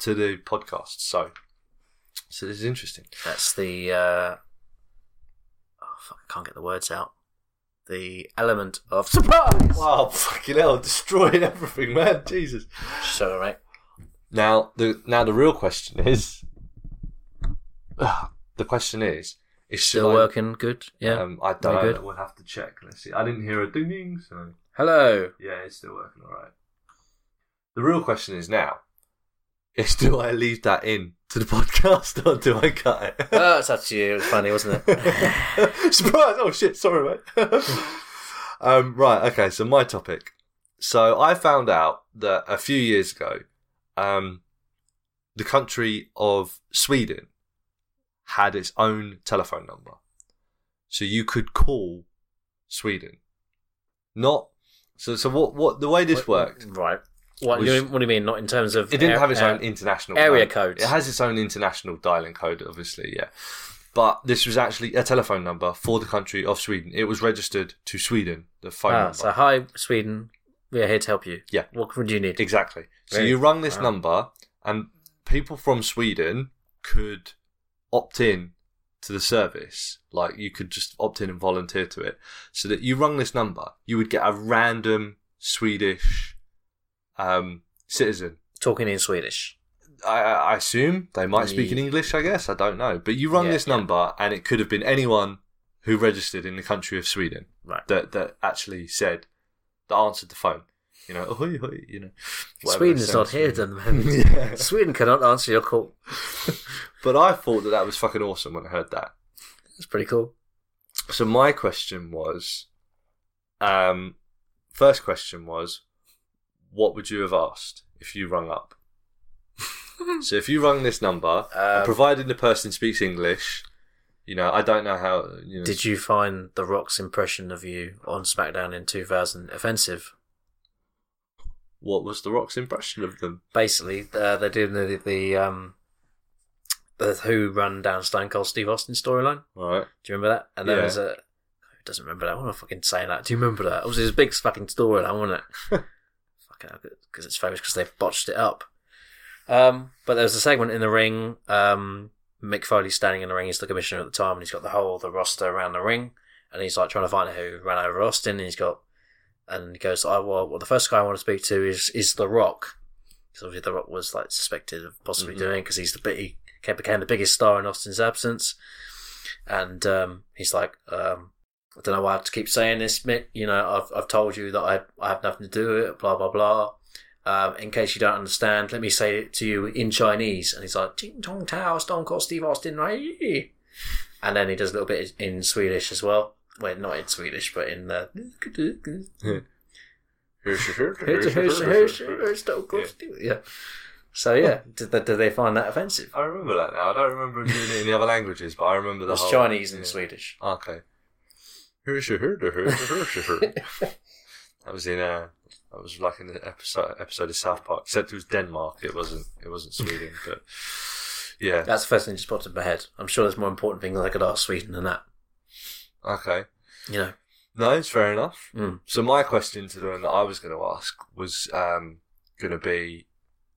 [SPEAKER 3] to the podcast. So, so this is interesting.
[SPEAKER 2] That's the. Uh... Oh, fuck, I can't get the words out. the element of surprise.
[SPEAKER 3] Wow, (laughs) fucking hell, destroying everything, man. Jesus.
[SPEAKER 2] So, right.
[SPEAKER 3] Now the now the real question is (sighs) the question is is
[SPEAKER 2] Still
[SPEAKER 3] should I-
[SPEAKER 2] working good. Yeah.
[SPEAKER 3] Um, I
[SPEAKER 2] Very
[SPEAKER 3] don't.
[SPEAKER 2] good.
[SPEAKER 3] We'll have to check. Let's see. I didn't hear a ding ding, so
[SPEAKER 2] Hello.
[SPEAKER 3] yeah, it's still working all right. The real question is now: is do I leave that in to the (laughs) podcast or do I cut
[SPEAKER 2] (laughs)
[SPEAKER 3] it?
[SPEAKER 2] Oh, it's up to you. It was funny, wasn't it?
[SPEAKER 3] Surprise! Oh shit! Sorry, mate. (laughs) um, right. Okay. So my topic. So I found out that a few years ago, um, the country of Sweden had its own telephone number, so you could call Sweden. Not so. So what? What the way (laughs) this worked?
[SPEAKER 2] Right. What,
[SPEAKER 3] Was-
[SPEAKER 2] you, what do you mean? Not in terms of
[SPEAKER 3] It didn't
[SPEAKER 2] air-
[SPEAKER 3] have its
[SPEAKER 2] air-
[SPEAKER 3] own international
[SPEAKER 2] area
[SPEAKER 3] code.
[SPEAKER 2] codes.
[SPEAKER 3] It has its own international dialing code, obviously, yeah. But this was actually a telephone number for the country of Sweden. It was registered to Sweden, the phone
[SPEAKER 2] Ah,
[SPEAKER 3] number.
[SPEAKER 2] so hi, Sweden. We are here to help you.
[SPEAKER 3] Yeah.
[SPEAKER 2] What do you need?
[SPEAKER 3] Exactly. So
[SPEAKER 2] Really?
[SPEAKER 3] you rung this
[SPEAKER 2] Wow.
[SPEAKER 3] number, and people from Sweden could opt in to the service. Like you could just opt in and volunteer to it. So that you rung this number, you would get a random Swedish um, citizen
[SPEAKER 2] Talking in Swedish.
[SPEAKER 3] I, I assume they might speak in
[SPEAKER 2] Yeah.
[SPEAKER 3] English. I guess I don't know, but you rung
[SPEAKER 2] Yeah,
[SPEAKER 3] this
[SPEAKER 2] yeah.
[SPEAKER 3] number, and it could have been anyone who registered in the country of Sweden
[SPEAKER 2] Right.
[SPEAKER 3] that that actually said that answered the phone. You know, ahoy, ahoy, you know. whatever
[SPEAKER 2] Sweden
[SPEAKER 3] it
[SPEAKER 2] is not
[SPEAKER 3] sounds
[SPEAKER 2] here
[SPEAKER 3] like.
[SPEAKER 2] at the moment.
[SPEAKER 3] (laughs) Yeah.
[SPEAKER 2] Sweden cannot answer your call.
[SPEAKER 3] But I thought that that was fucking awesome when I heard that.
[SPEAKER 2] It's pretty cool.
[SPEAKER 3] So my question was, um, first question was, what would you have asked if you rung up? so if you rung this number, and
[SPEAKER 2] Um,
[SPEAKER 3] provided the person speaks English, you know, I don't know how. You know,
[SPEAKER 2] Did you find The Rock's impression of you on SmackDown in 2000 offensive?
[SPEAKER 3] what was the Rock's impression of them?
[SPEAKER 2] Basically, uh, they're doing the, the, um, the Who run down Stone Cold Steve Austin storyline.
[SPEAKER 3] All right.
[SPEAKER 2] Do you remember that? And there
[SPEAKER 3] Yeah.
[SPEAKER 2] was a. Who doesn't remember that? What am I fucking saying that? Do you remember that? It was this big fucking story, I want it. fucking because it's famous because they botched it up. Um, but there was a segment in the ring. Um, Mick Foley's standing in the ring. He's the commissioner at the time, and he's got the whole the roster around the ring, and he's like trying to find out who ran over Austin. And he's got, and he goes, "I well, well, the first guy I want to speak to is is The Rock." Because obviously The Rock was like suspected of possibly
[SPEAKER 3] Mhm.
[SPEAKER 2] doing because he's the big, he ca- became the biggest star in Austin's absence, and um, he's like, um, I don't know why I have to keep saying this, Mick. You know, I've I've told you that I I have nothing to do with it. Blah blah blah. Um, in case you don't understand, let me say it to you in Chinese. And he's like, Ting Tong Tao, Stone Cold Steve Austin, right? And then he does a little bit in Swedish as well. Well, not in Swedish, but in the yeah. So yeah, did, they- did they find that offensive?
[SPEAKER 3] I remember that now. I don't remember him doing it in the other languages, but I remember
[SPEAKER 2] It
[SPEAKER 3] the
[SPEAKER 2] was
[SPEAKER 3] whole,
[SPEAKER 2] Chinese and
[SPEAKER 3] yeah.
[SPEAKER 2] Swedish.
[SPEAKER 3] Okay. Here's your herd, here's your here's your herd. That was in uh that was like in the episode episode of South Park. Except it was Denmark. It wasn't it wasn't Sweden, but yeah.
[SPEAKER 2] That's the first thing that just popped in my head. I'm sure there's more important things I could ask Sweden than that.
[SPEAKER 3] Okay.
[SPEAKER 2] You know,
[SPEAKER 3] No, it's fair enough.
[SPEAKER 2] Mm.
[SPEAKER 3] So my question to the one that I was gonna ask was um gonna be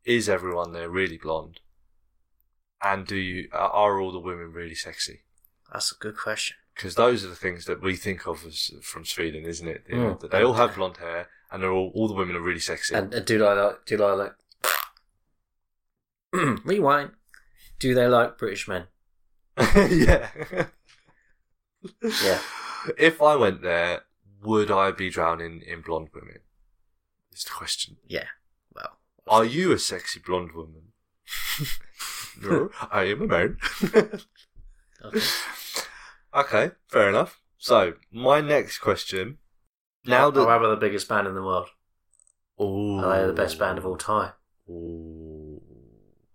[SPEAKER 3] is everyone there really blonde? And do you are- are all the women really sexy?
[SPEAKER 2] that's a good question.
[SPEAKER 3] because those are the things that we think of as from Sweden, isn't it? You know,
[SPEAKER 2] Mm.
[SPEAKER 3] that they all have blonde hair, and they're all all the women are really sexy.
[SPEAKER 2] And, and do they like? Do they like? (clears throat) rewind. Do they like British men?
[SPEAKER 3] (laughs) yeah,
[SPEAKER 2] Yeah.
[SPEAKER 3] (laughs) If I went there, would I be drowning in blonde women? Is the question.
[SPEAKER 2] Yeah. Well,
[SPEAKER 3] Are you a sexy blonde woman? (laughs) no, I am a man. (laughs)
[SPEAKER 2] okay.
[SPEAKER 3] okay, fair enough. So my next question. Now
[SPEAKER 2] Or
[SPEAKER 3] that
[SPEAKER 2] rather, the biggest band in the world.
[SPEAKER 3] oh,
[SPEAKER 2] Are they the best band of all time? Or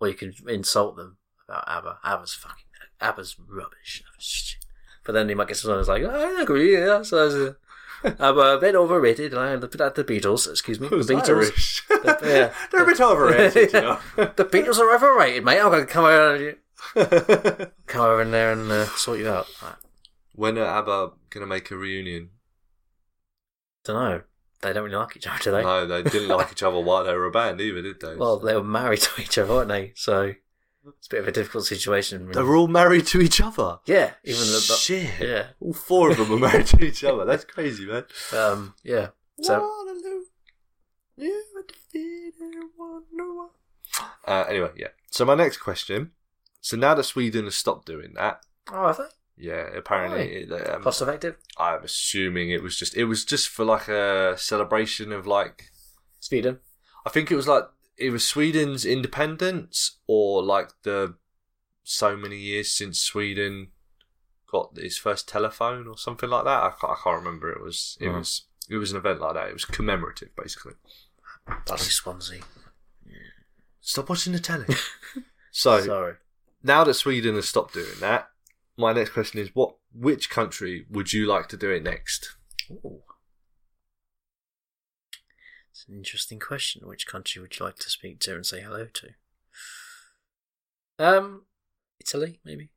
[SPEAKER 2] you can insult them about ABBA. ABBA's fucking ABBA's rubbish. ABBA's shit. But then you might get someone who's like, I agree. Yeah, so it's,
[SPEAKER 3] (laughs)
[SPEAKER 2] uh, ABBA a bit overrated. I like the Beatles. Excuse me, the
[SPEAKER 3] Who's (laughs)
[SPEAKER 2] Beatles.
[SPEAKER 3] Irish?
[SPEAKER 2] yeah.
[SPEAKER 3] They're a bit overrated, you know.
[SPEAKER 2] The Beatles are overrated, mate. I'm gonna come over, come over in there and uh, sort you out. I
[SPEAKER 3] (laughs) when are ABBA going to make a reunion?
[SPEAKER 2] don't know. They don't really like each other, do they?
[SPEAKER 3] No, they didn't like each other while they were a band either, did they?
[SPEAKER 2] Well, they were married to each other, weren't they? So It's a bit of a difficult situation. really.
[SPEAKER 3] They're all married to each other.
[SPEAKER 2] yeah, even the,
[SPEAKER 3] Shit.
[SPEAKER 2] yeah,
[SPEAKER 3] All four of them are married to each other. That's crazy, man.
[SPEAKER 2] um, yeah. So
[SPEAKER 3] Waterloo, you defeated Wonderwall. Uh, anyway, yeah. So my next question. So now that Sweden has stopped doing that,
[SPEAKER 2] oh, I think
[SPEAKER 3] yeah, apparently, it, um,
[SPEAKER 2] cost effective.
[SPEAKER 3] I'm assuming it was just it was just for like a celebration of like
[SPEAKER 2] Sweden.
[SPEAKER 3] I think it was like it was Sweden's independence or like the so many years since Sweden got its first telephone or something like that. I can't, I can't remember. It was it
[SPEAKER 2] Mhm.
[SPEAKER 3] was it was an event like that. It was commemorative, basically.
[SPEAKER 2] Bloody Swansea.
[SPEAKER 3] Stop watching the telly. (laughs) so
[SPEAKER 2] Sorry.
[SPEAKER 3] now that Sweden has stopped doing that, my next question is: What which country would you like to do it next?
[SPEAKER 2] Ooh. It's an interesting question. Which country would you like to speak to and say hello to? Um, Italy, maybe.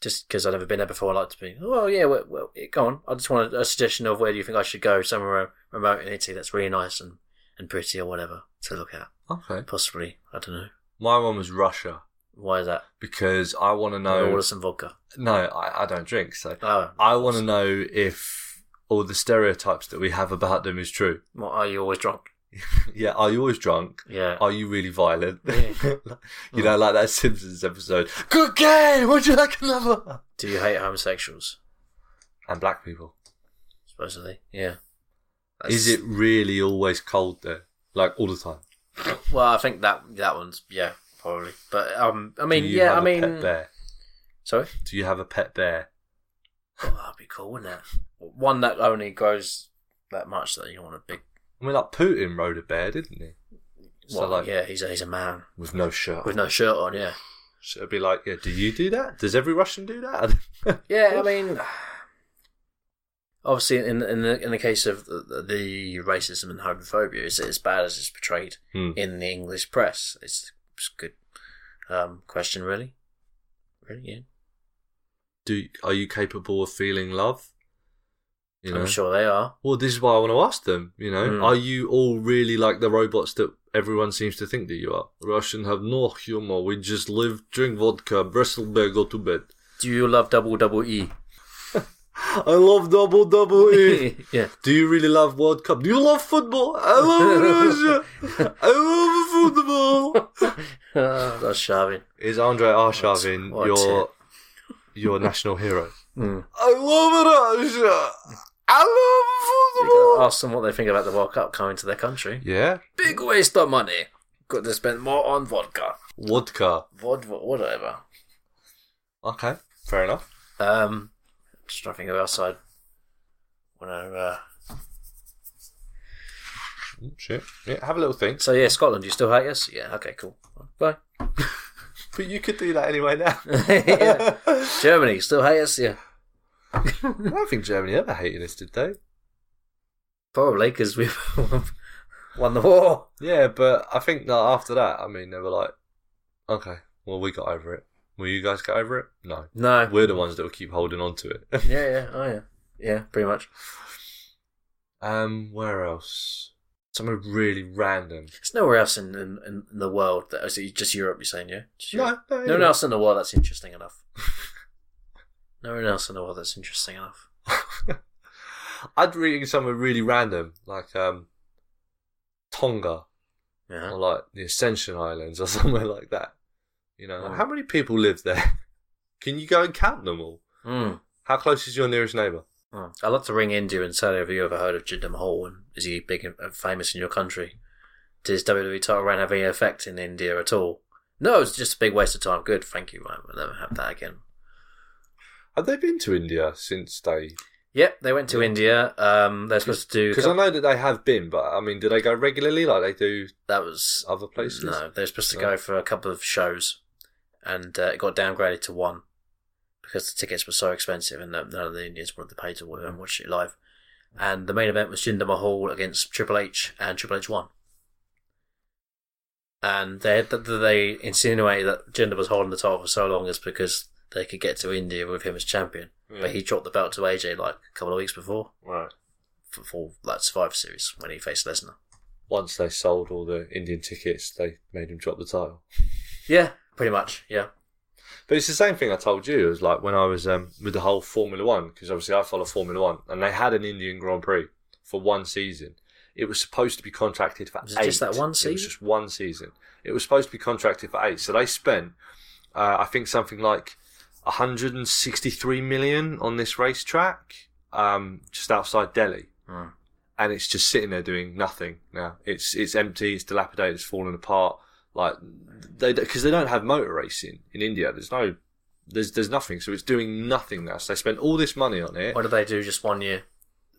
[SPEAKER 2] Just because I've never been there before, I like to be. Oh yeah, well, well yeah, go on. I just want a, a suggestion of where do you think I should go? Somewhere remote in Italy that's really nice and, and pretty or whatever to look at.
[SPEAKER 3] Okay,
[SPEAKER 2] Possibly, I don't know.
[SPEAKER 3] my one was Russia
[SPEAKER 2] Why is that?
[SPEAKER 3] because I want to know.
[SPEAKER 2] Order some vodka.
[SPEAKER 3] No, I, I don't drink, so
[SPEAKER 2] Oh,
[SPEAKER 3] I want to know if all the stereotypes that we have about them is true. (laughs)
[SPEAKER 2] what are you always drunk?
[SPEAKER 3] Yeah, are you always drunk?
[SPEAKER 2] Yeah.
[SPEAKER 3] Are you really violent?
[SPEAKER 2] Yeah.
[SPEAKER 3] you know, (laughs) like that Simpsons episode. Good game. Would you like another?
[SPEAKER 2] Do you hate homosexuals?
[SPEAKER 3] And black people.
[SPEAKER 2] Supposedly, yeah.
[SPEAKER 3] Is it really always cold there? Like all the time.
[SPEAKER 2] Well, I think that that one's yeah, probably. But um, I mean,
[SPEAKER 3] Do you
[SPEAKER 2] yeah,
[SPEAKER 3] have
[SPEAKER 2] I
[SPEAKER 3] a pet
[SPEAKER 2] mean,
[SPEAKER 3] bear.
[SPEAKER 2] sorry,
[SPEAKER 3] Do you have a pet bear?
[SPEAKER 2] oh, that'd be cool, wouldn't it? One that only grows that much that you want a big.
[SPEAKER 3] I mean, like Putin rode a bear, didn't he? So
[SPEAKER 2] Well,
[SPEAKER 3] like
[SPEAKER 2] yeah, he's a, he's a man
[SPEAKER 3] with no shirt.
[SPEAKER 2] with no shirt on. Yeah,
[SPEAKER 3] So it'd be like, yeah. Do you do that? Does every Russian do that? (laughs)
[SPEAKER 2] yeah. I mean, obviously, in in the in the case of the, the racism and homophobia, it's as bad as it's portrayed
[SPEAKER 3] Hmm.
[SPEAKER 2] in the English press. It's, it's a good um, question, really. Really, yeah.
[SPEAKER 3] do are you capable of feeling love? You know?
[SPEAKER 2] I'm sure they are.
[SPEAKER 3] Well, this is why I want to ask them. You know,
[SPEAKER 2] Mm.
[SPEAKER 3] are you all really like the robots that everyone seems to think that you are? Russian have no humor. We just live, drink vodka, bristle bear, go to bed.
[SPEAKER 2] Do you love double
[SPEAKER 3] (laughs)
[SPEAKER 2] double E? (laughs)
[SPEAKER 3] I love double double
[SPEAKER 2] (laughs)
[SPEAKER 3] E.
[SPEAKER 2] yeah.
[SPEAKER 3] Do you really love World Cup? Do you love football? I love
[SPEAKER 2] (laughs)
[SPEAKER 3] Russia. I love football.
[SPEAKER 2] Oh, that's Sharvin.
[SPEAKER 3] Is Andre Arshavin
[SPEAKER 2] What a
[SPEAKER 3] your your national hero?
[SPEAKER 2] Mm.
[SPEAKER 3] I love Russia. I love
[SPEAKER 2] You
[SPEAKER 3] football.
[SPEAKER 2] gotta ask them what they think about the World Cup coming to their country.
[SPEAKER 3] Yeah.
[SPEAKER 2] Big waste of money. Could have spent more on vodka.
[SPEAKER 3] Vodka.
[SPEAKER 2] Vod, whatever.
[SPEAKER 3] Okay. Fair enough.
[SPEAKER 2] Um, just trying to think of outside. When I, uh...
[SPEAKER 3] Mm, Shit. Yeah, have a little think.
[SPEAKER 2] So yeah, Scotland. You still hate us? Yeah. Okay. Cool. Bye. (laughs)
[SPEAKER 3] But you could do that anyway now.
[SPEAKER 2] yeah.
[SPEAKER 3] (laughs)
[SPEAKER 2] Germany. you Still hate us? Yeah.
[SPEAKER 3] I don't think Germany ever hated us, did they?
[SPEAKER 2] Probably because we've (laughs) won the war.
[SPEAKER 3] Yeah, but I think that after that, I mean, they were like, okay, well, we got over it. Will you guys get over it? No.
[SPEAKER 2] No.
[SPEAKER 3] We're the ones that will keep holding on to it. (laughs)
[SPEAKER 2] Yeah. Yeah. Oh yeah. Yeah. Pretty much.
[SPEAKER 3] um, where else? Somewhere really random.
[SPEAKER 2] It's nowhere else in in, in the world that is it just Europe. You're saying yeah? Just Europe?
[SPEAKER 3] No, no,
[SPEAKER 2] No one else in the world that's interesting enough. (laughs) no one else in the world that's interesting enough.
[SPEAKER 3] (laughs) I'd read somewhere really random, like um, Tonga.
[SPEAKER 2] Yeah.
[SPEAKER 3] or like the Ascension Islands or (laughs) somewhere like that. You know,
[SPEAKER 2] Oh.
[SPEAKER 3] how many people live there? (laughs) Can you go and count them all?
[SPEAKER 2] Mm.
[SPEAKER 3] How close is your nearest neighbour?
[SPEAKER 2] Mm. I'd like to ring India and say, have you ever heard of Jinder Mahal? And is he big and and famous in your country? Did his WWE E title reign have any effect in India at all? No, it's just a big waste of time. Good, thank you, Ryan. We'll never have that again.
[SPEAKER 3] Have they been to India since they?
[SPEAKER 2] Yep, they went to India. Um, they're supposed to
[SPEAKER 3] Because
[SPEAKER 2] do.
[SPEAKER 3] I know that they have been, but I mean, do they go regularly like they do
[SPEAKER 2] that was
[SPEAKER 3] other places?
[SPEAKER 2] No, they were supposed to
[SPEAKER 3] No.
[SPEAKER 2] go for a couple of shows, and uh, it got downgraded to one because the tickets were so expensive, and no- none of the Indians wanted to pay to wa- and watch it live. And the main event was Jinder Mahal against Triple H, and Triple H won. And they th- th- they insinuated that Jinder was holding the title for so long is because they could get to India with him as champion,
[SPEAKER 3] Yeah.
[SPEAKER 2] but he dropped the belt to AJ like a couple of weeks before
[SPEAKER 3] Right.
[SPEAKER 2] for, for like Survivor Series when he faced Lesnar.
[SPEAKER 3] Once they sold all the Indian tickets, they made him drop the title.
[SPEAKER 2] Yeah, Pretty much, yeah.
[SPEAKER 3] But it's the same thing I told you. It was like when I was um, with the whole Formula One, because obviously I follow Formula One, and they had an Indian Grand Prix for one season. It was supposed to be contracted for
[SPEAKER 2] Was
[SPEAKER 3] eight.
[SPEAKER 2] it just that
[SPEAKER 3] It
[SPEAKER 2] one
[SPEAKER 3] was
[SPEAKER 2] season?
[SPEAKER 3] just one season. It was supposed to be contracted for eight. So they spent, uh, I think, something like 163 million on this racetrack, um, just outside Delhi.
[SPEAKER 2] Hmm.
[SPEAKER 3] And it's just sitting there doing nothing now. It's it's empty. It's dilapidated. It's falling apart. Like they because they don't have motor racing in India. There's no there's there's nothing. So it's doing nothing now. So they spent all this money on it
[SPEAKER 2] What did they do just one year?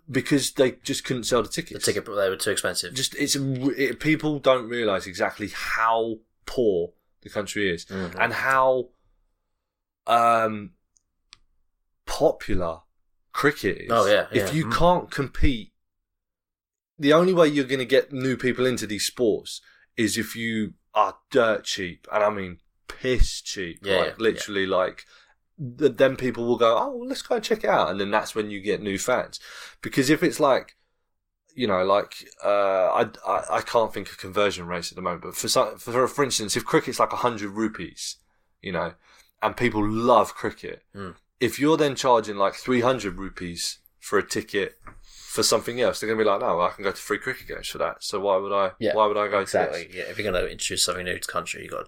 [SPEAKER 3] because they just couldn't sell the
[SPEAKER 2] The
[SPEAKER 3] tickets.
[SPEAKER 2] ticket, they were too expensive.
[SPEAKER 3] Just it's it, people don't realize exactly how poor the country is
[SPEAKER 2] Mhm.
[SPEAKER 3] and how um popular cricket is.
[SPEAKER 2] Oh, yeah, yeah.
[SPEAKER 3] If you
[SPEAKER 2] Mm.
[SPEAKER 3] can't compete, the only way you're going to get new people into these sports is if you are dirt cheap, and I mean piss cheap.
[SPEAKER 2] Yeah,
[SPEAKER 3] like
[SPEAKER 2] yeah,
[SPEAKER 3] literally, like th- then people will go, oh, well, let's go and check it out, and then that's when you get new fans. Because if it's like you know, like uh, I, I I can't think of conversion rates at the moment. But for some, for for instance, if cricket's like hundred rupees, you know, and people love cricket,
[SPEAKER 2] Mm.
[SPEAKER 3] if you're then charging like three hundred rupees for a ticket for something else, they're gonna be like, no, I can go to free cricket games for that. So why would I?
[SPEAKER 2] Yeah,
[SPEAKER 3] why would I go to
[SPEAKER 2] Exactly.
[SPEAKER 3] this?
[SPEAKER 2] Yeah, if you're going to introduce something new to the country, you got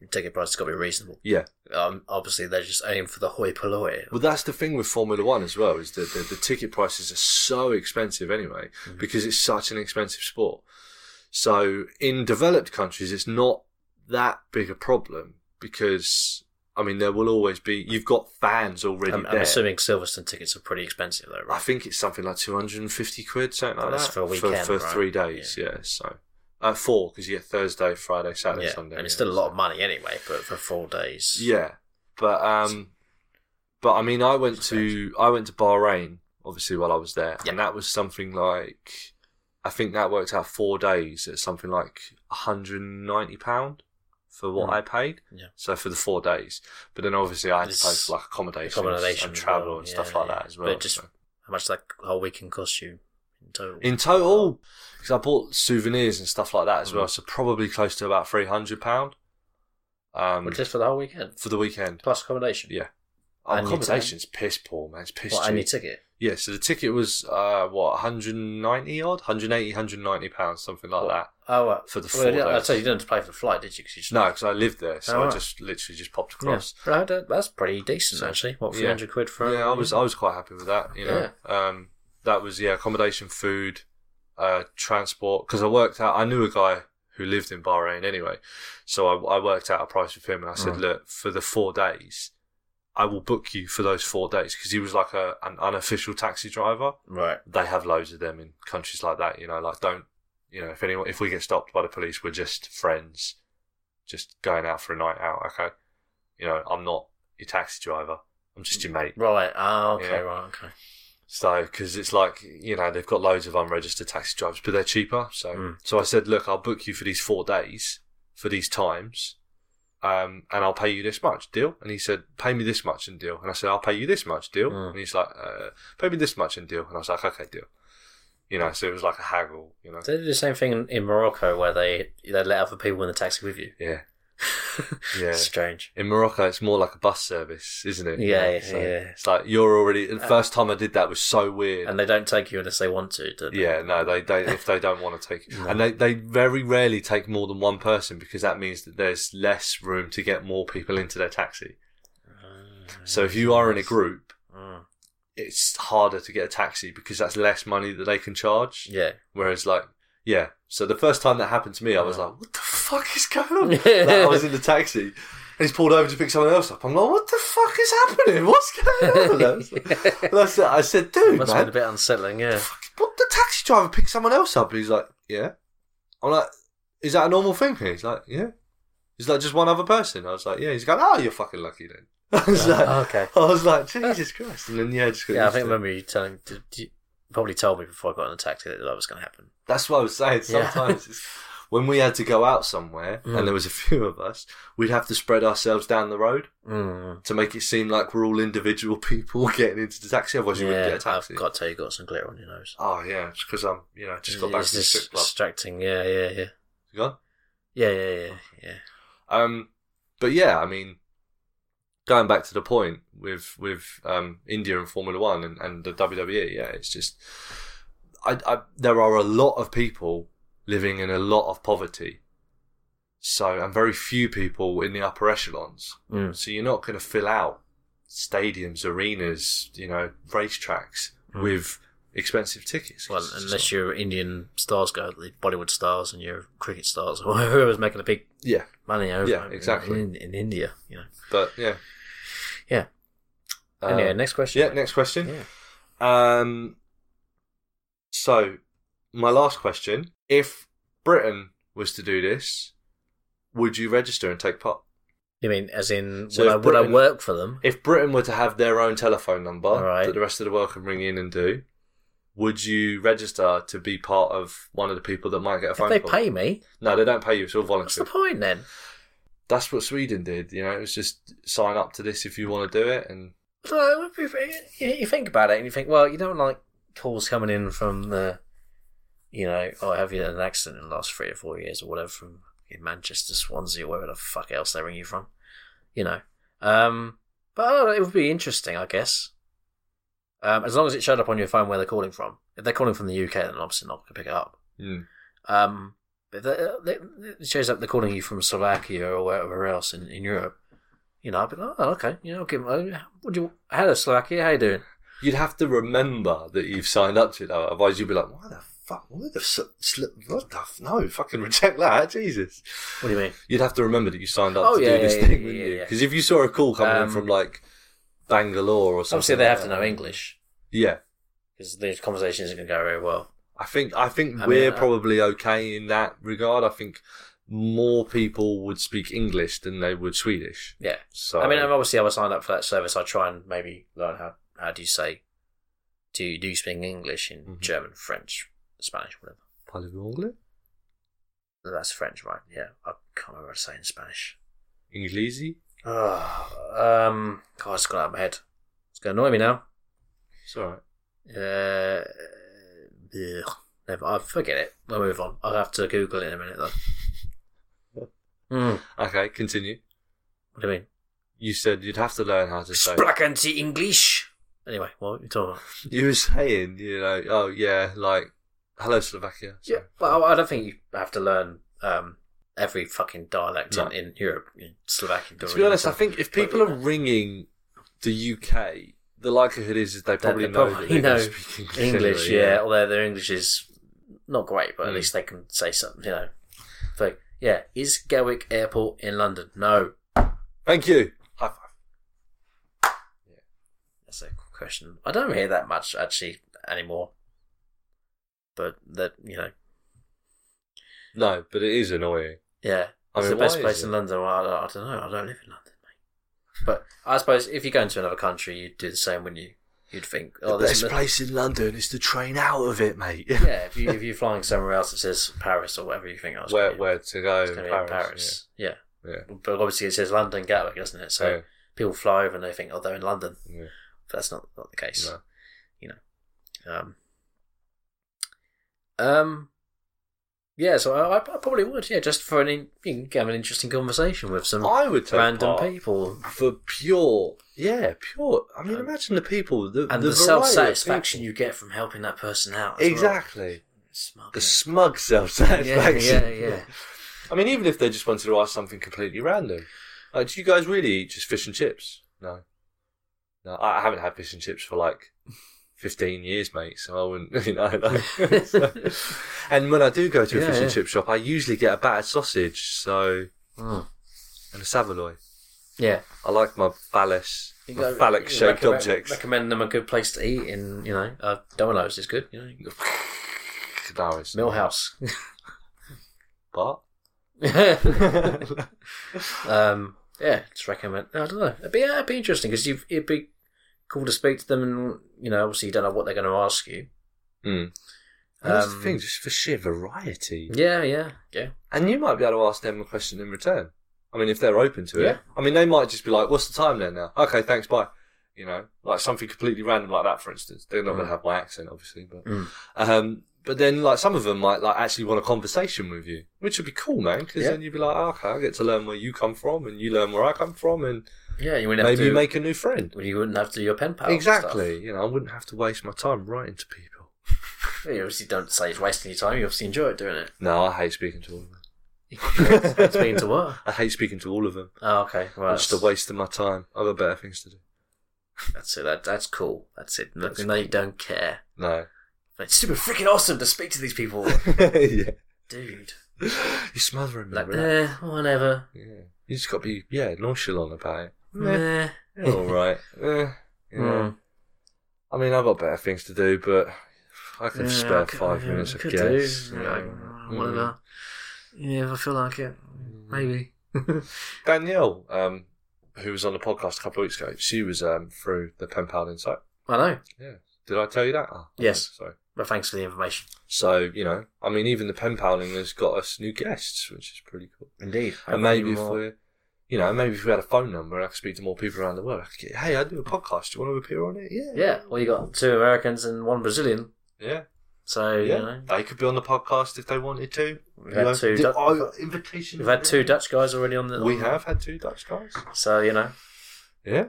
[SPEAKER 2] your ticket price has got to be reasonable.
[SPEAKER 3] Yeah.
[SPEAKER 2] Um, obviously, they're just aiming for the hoi polloi.
[SPEAKER 3] Well, that's the thing with Formula One as well is that the, the ticket prices are so expensive anyway
[SPEAKER 2] Mm-hmm.
[SPEAKER 3] because it's such an expensive sport. So in developed countries, it's not that big a problem because I mean there will always be you've got fans already
[SPEAKER 2] I'm,
[SPEAKER 3] there.
[SPEAKER 2] I'm assuming Silverstone tickets are pretty expensive, though,
[SPEAKER 3] I
[SPEAKER 2] right?
[SPEAKER 3] think it's something like two hundred and fifty quid, something like
[SPEAKER 2] Oh, That's
[SPEAKER 3] that
[SPEAKER 2] for a weekend,
[SPEAKER 3] for,
[SPEAKER 2] right?
[SPEAKER 3] three days. Yeah, so uh, four because you get Thursday, Friday, Saturday,
[SPEAKER 2] yeah,
[SPEAKER 3] Sunday,
[SPEAKER 2] and it's
[SPEAKER 3] yeah,
[SPEAKER 2] still a
[SPEAKER 3] so-
[SPEAKER 2] lot of money anyway, but for four days.
[SPEAKER 3] yeah, but um, but I mean, I went to I went to Bahrain obviously while I was there,
[SPEAKER 2] Yeah.
[SPEAKER 3] and that was something like I think that worked out four days at something like 190 pound for what
[SPEAKER 2] Mm.
[SPEAKER 3] I paid.
[SPEAKER 2] Yeah.
[SPEAKER 3] So for the four days, but then obviously I had to pay
[SPEAKER 2] It's
[SPEAKER 3] for like accommodations,
[SPEAKER 2] accommodation
[SPEAKER 3] and
[SPEAKER 2] as
[SPEAKER 3] travel
[SPEAKER 2] well,
[SPEAKER 3] and stuff
[SPEAKER 2] yeah,
[SPEAKER 3] like
[SPEAKER 2] yeah.
[SPEAKER 3] that as well.
[SPEAKER 2] But just-
[SPEAKER 3] so.
[SPEAKER 2] How much that whole weekend cost you in total?
[SPEAKER 3] In
[SPEAKER 2] Oh.
[SPEAKER 3] total, because I bought souvenirs and stuff like that as
[SPEAKER 2] Mm.
[SPEAKER 3] well, so probably close to about 300 pound. Um,
[SPEAKER 2] Well, just for the whole weekend.
[SPEAKER 3] for the weekend.
[SPEAKER 2] Plus accommodation.
[SPEAKER 3] Yeah.
[SPEAKER 2] And your
[SPEAKER 3] accommodation's piss poor, man. It's piss
[SPEAKER 2] What,
[SPEAKER 3] cheap.
[SPEAKER 2] and your ticket?
[SPEAKER 3] Yeah, so the ticket was uh, what 190 odd, 180, 190 pounds, something like that.
[SPEAKER 2] Oh, right.
[SPEAKER 3] For the
[SPEAKER 2] well,
[SPEAKER 3] four
[SPEAKER 2] yeah, I'd
[SPEAKER 3] days.
[SPEAKER 2] say you didn't have to pay for the flight, did you? 'Cause you just
[SPEAKER 3] No, because I lived there, so
[SPEAKER 2] Oh,
[SPEAKER 3] I
[SPEAKER 2] right.
[SPEAKER 3] just literally just popped
[SPEAKER 2] Yeah.
[SPEAKER 3] across.
[SPEAKER 2] Right, that- that's pretty decent,
[SPEAKER 3] So-
[SPEAKER 2] actually. What,
[SPEAKER 3] yeah.
[SPEAKER 2] 300 quid for
[SPEAKER 3] Yeah,
[SPEAKER 2] a-
[SPEAKER 3] I was I was quite happy with that. You know, um, that was yeah, accommodation, food, uh, transport. Because I worked out, I knew a guy who lived in Bahrain anyway, so I, I worked out a price with him, and I said,
[SPEAKER 2] Right.
[SPEAKER 3] look, for the four days, I will book you for those four days because he was like a an unofficial taxi driver.
[SPEAKER 2] Right.
[SPEAKER 3] they have loads of them in countries like that. You know, like don't you know if anyone if we get stopped by the police, we're just friends, just going out for a night out. Okay, you know, I'm not your taxi driver. I'm just your mate.
[SPEAKER 2] Right. Oh, okay,
[SPEAKER 3] Yeah.
[SPEAKER 2] right, okay.
[SPEAKER 3] So because it's like you know they've got loads of unregistered taxi drivers, but they're cheaper. So
[SPEAKER 2] Mm.
[SPEAKER 3] so I said, look, I'll book you for these four days for these times. Um, and I'll pay you this much, deal. And he said, "Pay me this much and deal." And I said, "I'll pay you this much, deal."
[SPEAKER 2] Mm.
[SPEAKER 3] And he's like, uh, "Pay me this much and deal." And I was like, "Okay, deal." You know, so it was like a haggle,
[SPEAKER 2] (laughs)
[SPEAKER 3] you know.
[SPEAKER 2] They do the same thing in, in Morocco where they they let other people in the taxi with you.
[SPEAKER 3] Yeah, yeah.
[SPEAKER 2] Strange.
[SPEAKER 3] In Morocco, it's more like a bus service, isn't it?
[SPEAKER 2] Yeah,
[SPEAKER 3] You know,
[SPEAKER 2] yeah, yeah.
[SPEAKER 3] It's like you're already. The
[SPEAKER 2] Uh,
[SPEAKER 3] first time I did that was so weird.
[SPEAKER 2] And they don't take you unless they want to, do they?
[SPEAKER 3] Yeah, no, they don't. If they don't want to take,
[SPEAKER 2] (laughs) No.
[SPEAKER 3] and they, they very rarely take more than one person because that means that there's less room to get more people into their taxi.
[SPEAKER 2] Ah,
[SPEAKER 3] So if you are in a group,
[SPEAKER 2] Mm.
[SPEAKER 3] it's harder to get a taxi because that's less money that they can charge.
[SPEAKER 2] Yeah.
[SPEAKER 3] (laughs) Whereas, like, yeah. So the first time that happened to me, I was
[SPEAKER 2] Yeah.
[SPEAKER 3] like, "What the fuck is going
[SPEAKER 2] (laughs)
[SPEAKER 3] on?" like, I was (laughs) in the taxi, and he's pulled over to pick someone else up. I'm like, "What the fuck is happening? What's going
[SPEAKER 2] (laughs)
[SPEAKER 3] on?" (laughs) and I said, "I said, dude,
[SPEAKER 2] Must have
[SPEAKER 3] man,
[SPEAKER 2] been a bit unsettling,
[SPEAKER 3] (laughs)
[SPEAKER 2] yeah.
[SPEAKER 3] what the taxi driver picked someone else up? And he's like, yeah. I'm like, is that a normal thing? here? He's like, yeah. He's like, just one other person. I was like, yeah. He's going, oh, you're fucking lucky then. (laughs) I was like,
[SPEAKER 2] Oh, okay.
[SPEAKER 3] I was like, Jesus Christ. And then yeah, just got
[SPEAKER 2] Yeah, I
[SPEAKER 3] used
[SPEAKER 2] think
[SPEAKER 3] to
[SPEAKER 2] I
[SPEAKER 3] it.
[SPEAKER 2] remember you telling did you probably told me before I got in the taxi that that was gonna happen.
[SPEAKER 3] That's what I was saying.
[SPEAKER 2] Yeah.
[SPEAKER 3] Sometimes it's, when we had to go out somewhere
[SPEAKER 2] Mm.
[SPEAKER 3] and there was a few of us, we'd have to spread ourselves down the road
[SPEAKER 2] Mm.
[SPEAKER 3] to make it seem like we're all individual (laughs) people getting into the taxi. Otherwise, you wouldn't
[SPEAKER 2] Yeah,
[SPEAKER 3] get a taxi.
[SPEAKER 2] I've got to tell you, you got some glitter on your nose.
[SPEAKER 3] Oh yeah, it's because I'm, you know, just got back
[SPEAKER 2] It's
[SPEAKER 3] from the
[SPEAKER 2] just
[SPEAKER 3] strip club.
[SPEAKER 2] distracting, yeah, yeah, yeah.
[SPEAKER 3] You gone?
[SPEAKER 2] Yeah, yeah, yeah, yeah.
[SPEAKER 3] Um, But yeah, I mean, going back to the point with with um, India and Formula One and, and the WWE, yeah, it's just I, I there are a lot of people living in a lot of poverty. So and very few people in the upper echelons.
[SPEAKER 2] Mm.
[SPEAKER 3] So you're not going to fill out stadiums, arenas, you know, racetracks
[SPEAKER 2] Mm.
[SPEAKER 3] with expensive tickets.
[SPEAKER 2] Well,
[SPEAKER 3] It's just
[SPEAKER 2] unless you're Indian stars, go the Bollywood stars, and you're cricket stars, or (laughs) whoever's making a big
[SPEAKER 3] not- yeah,
[SPEAKER 2] money over
[SPEAKER 3] Yeah,
[SPEAKER 2] in-
[SPEAKER 3] exactly.
[SPEAKER 2] in, in India. You know.
[SPEAKER 3] but yeah,
[SPEAKER 2] Yeah.
[SPEAKER 3] Uh,
[SPEAKER 2] anyway, next question.
[SPEAKER 3] yeah, next question.
[SPEAKER 2] Yeah.
[SPEAKER 3] Um, so, my last question: If Britain was to do this, would you register and take part?
[SPEAKER 2] You mean as in
[SPEAKER 3] So
[SPEAKER 2] would,
[SPEAKER 3] if
[SPEAKER 2] I, would I
[SPEAKER 3] Britain-
[SPEAKER 2] work for them?
[SPEAKER 3] If Britain were to have their own telephone number
[SPEAKER 2] All right.
[SPEAKER 3] that the rest of the world can ring in and do, would you register to be part of one of the people that might get a
[SPEAKER 2] If
[SPEAKER 3] phone
[SPEAKER 2] they
[SPEAKER 3] call?
[SPEAKER 2] pay me,
[SPEAKER 3] no, they don't pay you. It's all
[SPEAKER 2] what's the
[SPEAKER 3] voluntary.
[SPEAKER 2] point then?
[SPEAKER 3] That's what Sweden did. You know, it was just sign up to this if you want to do it, and
[SPEAKER 2] I don't know, if- you you think about it and you think, well, you don't like calls coming in from the, you know, oh, have you had an accident in the last three or four years or whatever from in Manchester, Swansea, or wherever the fuck else they ring you from, you know. Um, but I don't know, it would be interesting, I guess. Um, as long as it showed up on your phone where they're calling from. If they're calling from the UK, then obviously not going to pick it up.
[SPEAKER 3] Mm.
[SPEAKER 2] Um, but the- the- it shows up they're calling you from Slovakia or wherever else in, in Europe. You know, I'd be like, oh, okay, you know, I'll give 'em- What do you? Hello, Slovakia. How you doing?
[SPEAKER 3] You'd have to remember that you've signed up to it, though. Otherwise, you'd be like, "Why the fuck? What the sl- sl- what the f- no? Fucking reject that, (laughs) Jesus!"
[SPEAKER 2] What do you mean?
[SPEAKER 3] You'd have to remember that you signed up
[SPEAKER 2] Oh,
[SPEAKER 3] to
[SPEAKER 2] yeah,
[SPEAKER 3] do this
[SPEAKER 2] yeah,
[SPEAKER 3] thing,
[SPEAKER 2] yeah,
[SPEAKER 3] wouldn't
[SPEAKER 2] yeah,
[SPEAKER 3] you?
[SPEAKER 2] yeah.
[SPEAKER 3] Because if you saw a call coming in
[SPEAKER 2] Um,
[SPEAKER 3] from like Bangalore or something,
[SPEAKER 2] Obviously, they
[SPEAKER 3] like
[SPEAKER 2] have to
[SPEAKER 3] that-
[SPEAKER 2] know English
[SPEAKER 3] Yeah,
[SPEAKER 2] because these conversations aren't going to go very well.
[SPEAKER 3] I think I think
[SPEAKER 2] I mean,
[SPEAKER 3] we're
[SPEAKER 2] uh,
[SPEAKER 3] probably okay in that regard. I think more people would speak English than they would Swedish.
[SPEAKER 2] Yeah,
[SPEAKER 3] So
[SPEAKER 2] I mean, I'm obviously, I was signed up for that service. I try and maybe learn how how do you say, do you, do you speak English in
[SPEAKER 3] Mhm.
[SPEAKER 2] German, French, Spanish, whatever.
[SPEAKER 3] Parlez-vous anglais?
[SPEAKER 2] That's French, right? Yeah, I can't remember what to say in Spanish. (sighs)
[SPEAKER 3] Inglesi?
[SPEAKER 2] Oh, um, God, it's gone out of my head. It's going to annoy me now.
[SPEAKER 3] It's all right.
[SPEAKER 2] Uh, ugh, never, I forget it. I'll move on. I'll have to Google it in a minute though. (laughs) Mm,
[SPEAKER 3] Okay, continue.
[SPEAKER 2] what do you mean?
[SPEAKER 3] You said you'd have to learn how to say.
[SPEAKER 2] Sprachen Sie English? Anyway, what are you talking about?
[SPEAKER 3] You were saying, you know, oh yeah, like hello Slovakia. So-
[SPEAKER 2] Yeah, well, I don't think you have to learn um, every fucking dialect
[SPEAKER 3] No.
[SPEAKER 2] in, in Europe, in Slovakian.
[SPEAKER 3] to be honest, I think if people
[SPEAKER 2] But-
[SPEAKER 3] are ringing the UK, the likelihood is, is they probably
[SPEAKER 2] they
[SPEAKER 3] know
[SPEAKER 2] probably
[SPEAKER 3] that
[SPEAKER 2] know
[SPEAKER 3] they speak English.
[SPEAKER 2] English,
[SPEAKER 3] anyway,
[SPEAKER 2] yeah. Hmm. Although their English is not great, but at
[SPEAKER 3] Mm.
[SPEAKER 2] least they can say something, you know. So, yeah, is Gawick Airport in London? No.
[SPEAKER 3] Thank you. High five.
[SPEAKER 2] That's a good question. I don't hear that much actually anymore. But that you know,
[SPEAKER 3] No, but it is annoying.
[SPEAKER 2] yeah,
[SPEAKER 3] I
[SPEAKER 2] it's
[SPEAKER 3] mean,
[SPEAKER 2] the best
[SPEAKER 3] why is
[SPEAKER 2] place
[SPEAKER 3] it?
[SPEAKER 2] in London. Well, I, I don't know. I don't live in London, mate. But I suppose if you go into another country, you'd do the same, wouldn't you? You'd think, oh,
[SPEAKER 3] the
[SPEAKER 2] this
[SPEAKER 3] best place in London is to train out of it, mate. (laughs)
[SPEAKER 2] (laughs) yeah. If you if you're flying somewhere else that says Paris or whatever, you think, oh, it's
[SPEAKER 3] where
[SPEAKER 2] gonna be-
[SPEAKER 3] where to go?
[SPEAKER 2] it's
[SPEAKER 3] in
[SPEAKER 2] gonna
[SPEAKER 3] Paris.
[SPEAKER 2] be in Paris, yeah.
[SPEAKER 3] Yeah. yeah.
[SPEAKER 2] But obviously, it says London Gatwick, doesn't it? So
[SPEAKER 3] Yeah,
[SPEAKER 2] people fly over and they think, oh, they're in London.
[SPEAKER 3] yeah,
[SPEAKER 2] But that's not not the case.
[SPEAKER 3] no.
[SPEAKER 2] Um, um, yeah, so I, I probably would, yeah, just for an in, you can have an interesting conversation with some
[SPEAKER 3] I would take
[SPEAKER 2] random
[SPEAKER 3] part
[SPEAKER 2] people
[SPEAKER 3] for pure, yeah, pure. I mean,
[SPEAKER 2] And-
[SPEAKER 3] imagine the people, the,
[SPEAKER 2] and
[SPEAKER 3] the,
[SPEAKER 2] the, self satisfaction
[SPEAKER 3] you
[SPEAKER 2] you get from helping that person out. as well.
[SPEAKER 3] exactly.
[SPEAKER 2] Smug,
[SPEAKER 3] The
[SPEAKER 2] isn't
[SPEAKER 3] smug self
[SPEAKER 2] it?
[SPEAKER 3] (laughs)
[SPEAKER 2] yeah,
[SPEAKER 3] satisfaction.
[SPEAKER 2] yeah, yeah.
[SPEAKER 3] I mean, even if they just wanted to ask something completely random, like, do you guys really eat just fish and chips? No, no, I I haven't had fish and chips for like fifteen years, mate. So I wouldn't, (laughs) you know. like-
[SPEAKER 2] (laughs)
[SPEAKER 3] so- and when I do go to a
[SPEAKER 2] Yeah,
[SPEAKER 3] fish
[SPEAKER 2] yeah.
[SPEAKER 3] and chip shop, I usually get a battered sausage, so
[SPEAKER 2] Mm.
[SPEAKER 3] and a saveloy.
[SPEAKER 2] Yeah.
[SPEAKER 3] I like my phallus,
[SPEAKER 2] You
[SPEAKER 3] my
[SPEAKER 2] go-
[SPEAKER 3] phallic
[SPEAKER 2] you
[SPEAKER 3] shaped
[SPEAKER 2] recommend-
[SPEAKER 3] objects.
[SPEAKER 2] Recommend them a good place to eat in, you know, uh, Domino's is good, you know.
[SPEAKER 3] (laughs) No, it's not. (laughs)
[SPEAKER 2] (laughs) Millhouse. (laughs)
[SPEAKER 3] But
[SPEAKER 2] Um, yeah, just recommend. I don't know. It'd be, yeah, it'd be interesting because you it'd be cool to speak to them, and you know, obviously, you don't know what they're going to ask you.
[SPEAKER 3] Mm. And that's the
[SPEAKER 2] Um,
[SPEAKER 3] thing, just for sheer variety.
[SPEAKER 2] Yeah, yeah, yeah.
[SPEAKER 3] And you might be able to ask them a question in return. I mean, if they're open to it.
[SPEAKER 2] Yeah.
[SPEAKER 3] I mean, they might just be like, what's the time there now? Okay, thanks, bye. You know, like something completely random like that, for instance. They're not going
[SPEAKER 2] Mm.
[SPEAKER 3] to have my accent, obviously, but.
[SPEAKER 2] Mm.
[SPEAKER 3] Um, But then, like some of them might like actually want a conversation with you, which would be cool, man. Because
[SPEAKER 2] Yeah.
[SPEAKER 3] then you'd be like, "Oh, okay, I get to learn where you come from, and you learn where I come from, and
[SPEAKER 2] Yeah, you wouldn't have
[SPEAKER 3] maybe
[SPEAKER 2] to.
[SPEAKER 3] make a new friend.
[SPEAKER 2] well, you wouldn't have to do your pen pal. and
[SPEAKER 3] Exactly. You know, I wouldn't have to waste my time writing to people.
[SPEAKER 2] stuff. You obviously don't say it's wasting your time. You obviously enjoy doing
[SPEAKER 3] (laughs)
[SPEAKER 2] it.
[SPEAKER 3] No, I hate speaking to all of them.
[SPEAKER 2] Speaking to what?
[SPEAKER 3] I hate speaking to all of them.
[SPEAKER 2] Oh, okay. Well,
[SPEAKER 3] It's just a waste of my time. I've got better things to do.
[SPEAKER 2] That's it. That, that's cool. That's it. Look,
[SPEAKER 3] That's
[SPEAKER 2] and they don't care.
[SPEAKER 3] No.
[SPEAKER 2] It's super freaking awesome to speak to
[SPEAKER 3] (laughs)
[SPEAKER 2] these people, (laughs)
[SPEAKER 3] yeah.
[SPEAKER 2] dude.
[SPEAKER 3] You're smothering me.
[SPEAKER 2] Like,
[SPEAKER 3] relax.
[SPEAKER 2] eh, whatever.
[SPEAKER 3] Yeah. You just got to be yeah nonchalant about it. Meh.
[SPEAKER 2] Meh.
[SPEAKER 3] You're all right. Eh. Yeah.
[SPEAKER 2] Mm.
[SPEAKER 3] I mean, I've got better things to do, but I can
[SPEAKER 2] Yeah,
[SPEAKER 3] spare
[SPEAKER 2] I could-
[SPEAKER 3] five
[SPEAKER 2] yeah,
[SPEAKER 3] minutes, I
[SPEAKER 2] could
[SPEAKER 3] guess.
[SPEAKER 2] Do. Yeah, uh,
[SPEAKER 3] Mm.
[SPEAKER 2] whatever. Yeah, if I feel like it, maybe.
[SPEAKER 3] Danielle, um, who was on the podcast a couple of weeks ago, she was um, through the Pen Pal Insight.
[SPEAKER 2] I know.
[SPEAKER 3] Did I tell you that? Oh,
[SPEAKER 2] Yes.
[SPEAKER 3] Sorry.
[SPEAKER 2] But thanks for the information.
[SPEAKER 3] So, you know, I mean, even the pen paling has got us new guests, which is pretty cool.
[SPEAKER 2] Indeed.
[SPEAKER 3] and maybe if we're, you know, maybe if we had a phone number and I could speak to more people around the world, I could get, hey, I do a podcast. Do you want to appear on it? Yeah.
[SPEAKER 2] Yeah, well, you got two Americans and one Brazilian,
[SPEAKER 3] Yeah.
[SPEAKER 2] so
[SPEAKER 3] Yeah.
[SPEAKER 2] you know
[SPEAKER 3] They could be on the podcast if they wanted to.
[SPEAKER 2] we've had two.
[SPEAKER 3] Did-
[SPEAKER 2] Du-
[SPEAKER 3] oh, invitation.
[SPEAKER 2] we've had two Dutch guys already on the.
[SPEAKER 3] We
[SPEAKER 2] on-
[SPEAKER 3] have had two Dutch guys.
[SPEAKER 2] So you know,
[SPEAKER 3] Yeah.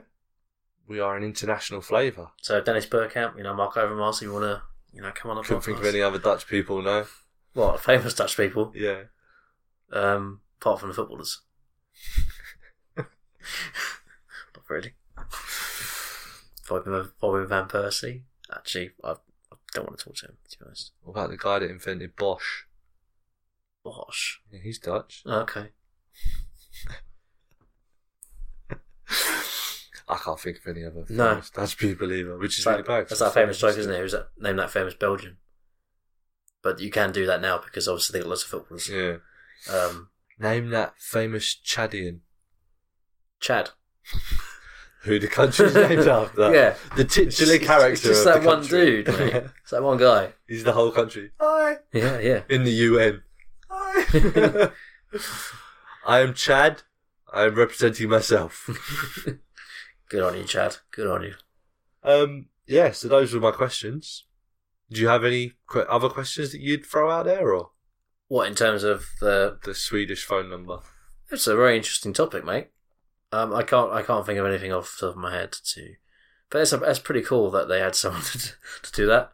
[SPEAKER 3] We are an international flavour.
[SPEAKER 2] so Dennis Burkamp, you know Mark Overmars, if you want to, you know, come on up.
[SPEAKER 3] Couldn't think of any other Dutch people, no.
[SPEAKER 2] Well, famous Dutch people,
[SPEAKER 3] Yeah.
[SPEAKER 2] um, apart from
[SPEAKER 3] (laughs)
[SPEAKER 2] the footballers. Not really. Bobby, Bobby Van Persie. Actually, I, I don't want to talk to him to be honest.
[SPEAKER 3] What about the guy that invented Bosch?
[SPEAKER 2] Bosh. Oh,
[SPEAKER 3] Yeah, he's Dutch.
[SPEAKER 2] Okay.
[SPEAKER 3] I can't think of any other.
[SPEAKER 2] No.
[SPEAKER 3] famous Dutch people either, which is
[SPEAKER 2] It's like-
[SPEAKER 3] really bad.
[SPEAKER 2] That's that famous joke, isn't it? Who's that, name that famous Belgian? But you can do that now because obviously they've got lots of footballers.
[SPEAKER 3] Yeah.
[SPEAKER 2] Um,
[SPEAKER 3] Name that famous Chadian
[SPEAKER 2] Chad.
[SPEAKER 3] who the country's
[SPEAKER 2] (laughs)
[SPEAKER 3] named after.
[SPEAKER 2] Yeah.
[SPEAKER 3] The titular
[SPEAKER 2] It's-
[SPEAKER 3] character.
[SPEAKER 2] It's
[SPEAKER 3] of
[SPEAKER 2] just that
[SPEAKER 3] the
[SPEAKER 2] one
[SPEAKER 3] country.
[SPEAKER 2] dude, mate. It's that one guy.
[SPEAKER 3] (laughs) He's the whole country. Hi.
[SPEAKER 2] Yeah, yeah.
[SPEAKER 3] In the UN. Hi. (laughs) I am Chad. I am representing
[SPEAKER 2] (laughs)
[SPEAKER 3] myself.
[SPEAKER 2] Good on you, Chad. Good on you.
[SPEAKER 3] Um, yeah, so those were my questions. Do you have any que- other questions that you'd throw out there, or
[SPEAKER 2] What in terms of the?
[SPEAKER 3] the Swedish phone number?
[SPEAKER 2] It's a very interesting topic, mate. Um, I can't, I can't think of anything off the top of my head to, but it's, that's pretty cool that they had (laughs) someone to, to do that.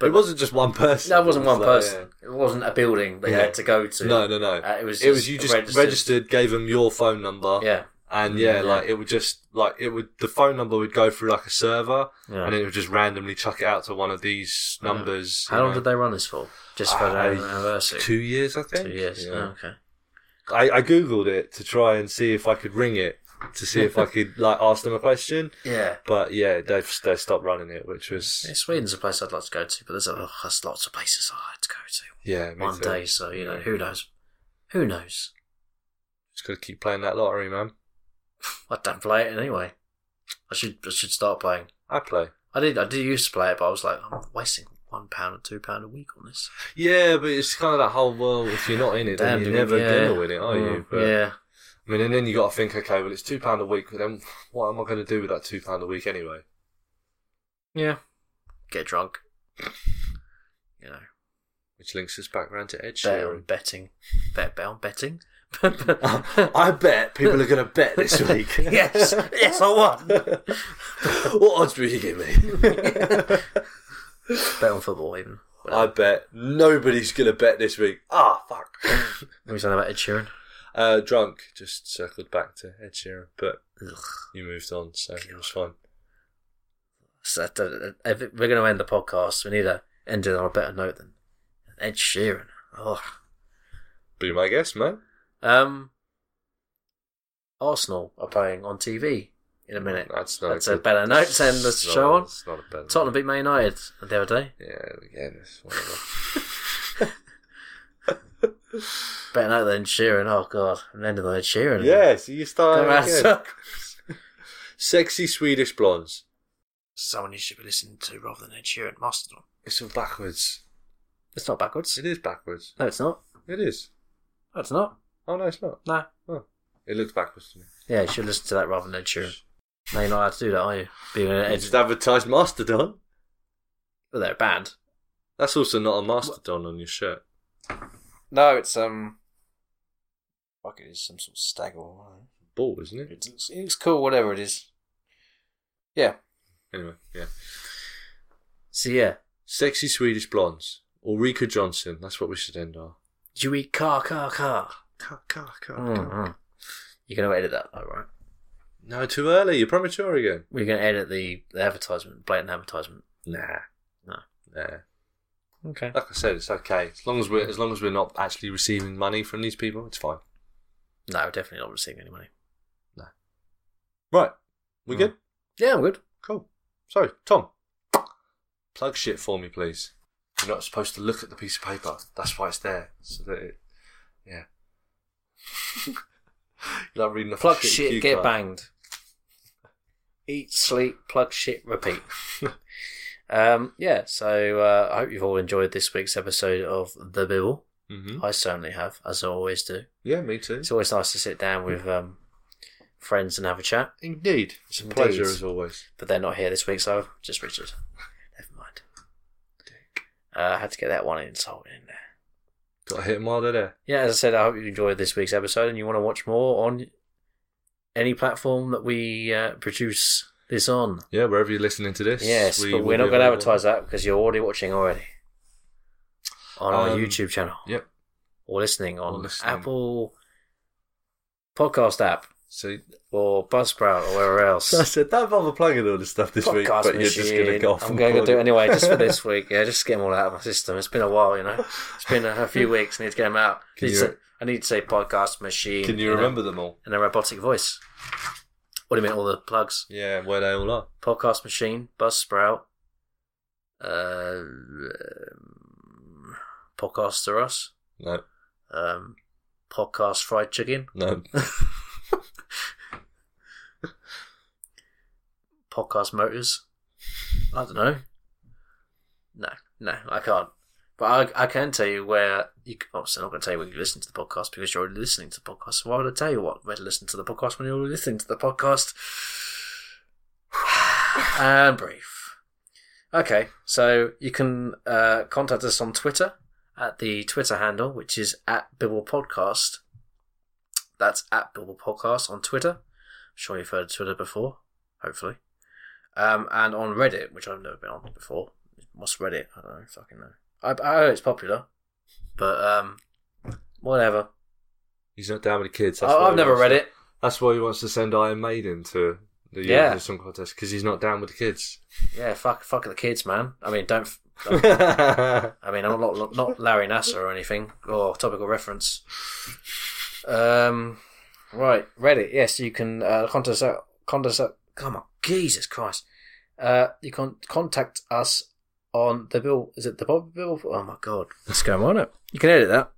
[SPEAKER 2] But-
[SPEAKER 3] it wasn't just one person.
[SPEAKER 2] That wasn't
[SPEAKER 3] It was
[SPEAKER 2] one
[SPEAKER 3] like,
[SPEAKER 2] person. It wasn't a building they
[SPEAKER 3] Yeah.
[SPEAKER 2] had to go to.
[SPEAKER 3] yeah. No, no, no.
[SPEAKER 2] Uh, it was.
[SPEAKER 3] it was you just registered,
[SPEAKER 2] registered.
[SPEAKER 3] gave them your phone number,
[SPEAKER 2] Yeah,
[SPEAKER 3] and yeah,
[SPEAKER 2] Mm, Yeah.
[SPEAKER 3] like it would just like it would the phone number would go through like a server,
[SPEAKER 2] yeah.
[SPEAKER 3] and it would just randomly chuck it out to one of these
[SPEAKER 2] Yeah.
[SPEAKER 3] numbers.
[SPEAKER 2] How long did they run this for? Just for
[SPEAKER 3] I-
[SPEAKER 2] an anniversary.
[SPEAKER 3] Two years, I think.
[SPEAKER 2] Two years.
[SPEAKER 3] Yeah.
[SPEAKER 2] Oh, okay.
[SPEAKER 3] I, I googled it to try and see if I could ring it to see
[SPEAKER 2] (laughs)
[SPEAKER 3] if I could like ask them a question.
[SPEAKER 2] Yeah.
[SPEAKER 3] But yeah, they've they stopped running it, which was
[SPEAKER 2] Yeah, Sweden's a place I'd like to go to, but there's, oh, there's lots of places I'd like to go to
[SPEAKER 3] yeah. Me
[SPEAKER 2] one
[SPEAKER 3] too.
[SPEAKER 2] day. So you know, who knows? Who knows?
[SPEAKER 3] Just gotta keep playing that lottery, man.
[SPEAKER 2] I don't play it anyway. I should I should start playing.
[SPEAKER 3] I play.
[SPEAKER 2] I did I did used to play it, but I was like, I'm wasting one pound or two pound a week on this.
[SPEAKER 3] Yeah, but it's kind of that whole well, if you're not in it, then
[SPEAKER 2] Damn,
[SPEAKER 3] you're
[SPEAKER 2] dude,
[SPEAKER 3] never
[SPEAKER 2] yeah.
[SPEAKER 3] gonna win it, are you?
[SPEAKER 2] Mm,
[SPEAKER 3] But,
[SPEAKER 2] yeah.
[SPEAKER 3] I mean, and then you got to think, okay, well, it's two pound a week. But then, what am I gonna do with that two pound a week anyway?
[SPEAKER 2] Yeah. Get drunk. You know,
[SPEAKER 3] Which links us back round to Ed
[SPEAKER 2] bet on
[SPEAKER 3] Sheeran.
[SPEAKER 2] betting. Bet bet on
[SPEAKER 3] (laughs)
[SPEAKER 2] betting.
[SPEAKER 3] I bet people are gonna bet (laughs) this week.
[SPEAKER 2] yes, yes, I won.
[SPEAKER 3] what odds would you give me? (laughs)
[SPEAKER 2] Bet on football, even.
[SPEAKER 3] I bet nobody's gonna bet this week. Ah, fuck.
[SPEAKER 2] What are you saying about Ed Sheeran?
[SPEAKER 3] (laughs) Uh, drunk just circled back to Ed Sheeran, but
[SPEAKER 2] Ugh.
[SPEAKER 3] you moved on, so it was fine.
[SPEAKER 2] So that- that- if we're going to end the podcast. We need to end it on a better note than Ed Sheeran. Oh.
[SPEAKER 3] Be my guest, man.
[SPEAKER 2] Um, Arsenal are playing on TV in a minute.
[SPEAKER 3] That's not.
[SPEAKER 2] That's
[SPEAKER 3] a,
[SPEAKER 2] a
[SPEAKER 3] good-
[SPEAKER 2] better note to end the
[SPEAKER 3] That's not-
[SPEAKER 2] show on.
[SPEAKER 3] that's not a better
[SPEAKER 2] Tottenham beat Man United the other day.
[SPEAKER 3] Yeah, again, it's whatever.
[SPEAKER 2] Better note than Sheeran. Oh God, I'm ending on Ed Sheeran.
[SPEAKER 3] yeah, so you start
[SPEAKER 2] Come on,
[SPEAKER 3] again.
[SPEAKER 2] suck.
[SPEAKER 3] Sexy Swedish blondes.
[SPEAKER 2] Someone you should be listening to rather than Ed Sheeran. Mastodon.
[SPEAKER 3] It's all backwards.
[SPEAKER 2] It's not backwards.
[SPEAKER 3] It is backwards.
[SPEAKER 2] No, it's not.
[SPEAKER 3] It is.
[SPEAKER 2] No, it's not.
[SPEAKER 3] Oh no, it's not.
[SPEAKER 2] No.
[SPEAKER 3] It looks backwards to me.
[SPEAKER 2] Yeah, you should listen to that rather than Ed Sheeran. No, you're not allowed to do that, are you? Being an
[SPEAKER 3] I
[SPEAKER 2] Ed,
[SPEAKER 3] just advertised Mastodon.
[SPEAKER 2] well, they're a band.
[SPEAKER 3] That's also not a mastodon on your shirt.
[SPEAKER 2] No, it's um, fuck it, it's some sort of stag or whatever.
[SPEAKER 3] Ball, isn't it?
[SPEAKER 2] It's, it's, it's cool, whatever it is. Yeah.
[SPEAKER 3] Anyway, yeah.
[SPEAKER 2] So yeah,
[SPEAKER 3] Sexy Swedish blondes. Ulrika Johnson. That's what we should end on.
[SPEAKER 2] do you eat car car car?
[SPEAKER 3] Car, car, car,
[SPEAKER 2] Mm-hmm. You're gonna edit that, though, right?
[SPEAKER 3] No, too early. You're premature again.
[SPEAKER 2] We're gonna edit the, the advertisement, blatant advertisement.
[SPEAKER 3] Nah.
[SPEAKER 2] No.
[SPEAKER 3] Nah.
[SPEAKER 2] Okay.
[SPEAKER 3] Like I said, it's okay. As long as we're as long as we're not actually receiving money from these people, it's fine.
[SPEAKER 2] No, we're definitely not receiving any money.
[SPEAKER 3] Right. We
[SPEAKER 2] Mm.
[SPEAKER 3] good?
[SPEAKER 2] Yeah, I'm good.
[SPEAKER 3] Cool. So, Tom. Plug shit for me, please. You're not supposed to look at the piece of paper. That's why it's there. So that it Yeah. (laughs) You're like reading the
[SPEAKER 2] Plug shit, get banged. Eat, sleep, plug shit, (laughs) repeat. um, yeah, so uh, I hope you've all enjoyed this week's episode of The Bibble.
[SPEAKER 3] Mm-hmm.
[SPEAKER 2] I certainly have, as I always do.
[SPEAKER 3] Yeah, me too.
[SPEAKER 2] It's always nice to sit down with um, friends and have a chat,
[SPEAKER 3] Indeed. It's a
[SPEAKER 2] Indeed.
[SPEAKER 3] pleasure as always.
[SPEAKER 2] but they're not here this week, so just Richard. Never mind. Uh, I had to get that one insult in there.
[SPEAKER 3] Gotta hit them while they're there.
[SPEAKER 2] yeah, as I said, I hope you enjoyed this week's episode and you want to watch more on any platform that we uh, produce this on.
[SPEAKER 3] Yeah, wherever you're listening to this.
[SPEAKER 2] Yes,
[SPEAKER 3] we
[SPEAKER 2] but
[SPEAKER 3] will
[SPEAKER 2] we're not
[SPEAKER 3] be
[SPEAKER 2] going to
[SPEAKER 3] available.
[SPEAKER 2] advertise that because you're already watching already on our
[SPEAKER 3] Um,
[SPEAKER 2] YouTube channel
[SPEAKER 3] Yep.
[SPEAKER 2] or listening on
[SPEAKER 3] or listening.
[SPEAKER 2] Apple podcast app
[SPEAKER 3] See,
[SPEAKER 2] or Buzzsprout or wherever else.
[SPEAKER 3] (laughs) So I said, don't bother plugging all this stuff this week,
[SPEAKER 2] Podcast
[SPEAKER 3] but you're just going to
[SPEAKER 2] machine.
[SPEAKER 3] go off
[SPEAKER 2] I'm
[SPEAKER 3] and
[SPEAKER 2] going to
[SPEAKER 3] plug
[SPEAKER 2] do it anyway, just
[SPEAKER 3] (laughs)
[SPEAKER 2] for this week. Yeah, just get them all out of my system. It's been a while, you know. It's been a, a few weeks. I need to get them out.
[SPEAKER 3] Can
[SPEAKER 2] Need
[SPEAKER 3] you-
[SPEAKER 2] to say- I need to say podcast machine.
[SPEAKER 3] Can you
[SPEAKER 2] know.
[SPEAKER 3] remember them all?
[SPEAKER 2] and a robotic voice. What do you mean, all the plugs?
[SPEAKER 3] Yeah, where they all are.
[SPEAKER 2] Podcast Machine, Buzzsprout, uh, um, Podcaster Us,
[SPEAKER 3] No,
[SPEAKER 2] um, Podcast Fried Chicken,
[SPEAKER 3] no.
[SPEAKER 2] Podcast Motors. I don't know. No, no, I can't. But I, I can tell you where you. c- Obviously, I'm not going to tell you when you listen to the podcast because you're already listening to the podcast. So why would I tell you what where to listen to the podcast when you're already listening to the podcast? (sighs) and brief. Okay, so you can uh, contact us on Twitter at the Twitter handle, which is at Bibble Podcast. That's at Bibble Podcast on Twitter. I'm sure you've heard of Twitter before, hopefully. Um, and on Reddit, which I've never been on before. What's Reddit? I don't know, fucking know. I, I know it's popular, but um, whatever.
[SPEAKER 3] He's not down with the kids.
[SPEAKER 2] I,
[SPEAKER 3] why
[SPEAKER 2] Oh, I've
[SPEAKER 3] he
[SPEAKER 2] never
[SPEAKER 3] wants
[SPEAKER 2] read
[SPEAKER 3] to-
[SPEAKER 2] it.
[SPEAKER 3] That's why he wants to send Iron Maiden to the
[SPEAKER 2] Yeah.
[SPEAKER 3] Eurovision Song Contest because he's not down with the
[SPEAKER 2] (laughs)
[SPEAKER 3] kids.
[SPEAKER 2] Yeah, fuck, fuck the kids, man. I mean, don't. f- I mean, I'm not not Larry Nasser or anything or topical reference. Um, right, Reddit. Yes, you can uh, contact us. Contact us. Come on, Jesus Christ! Uh, you can contact us on the bill. Is it the Bob Bill? Oh my God, what's going on? It you can edit that.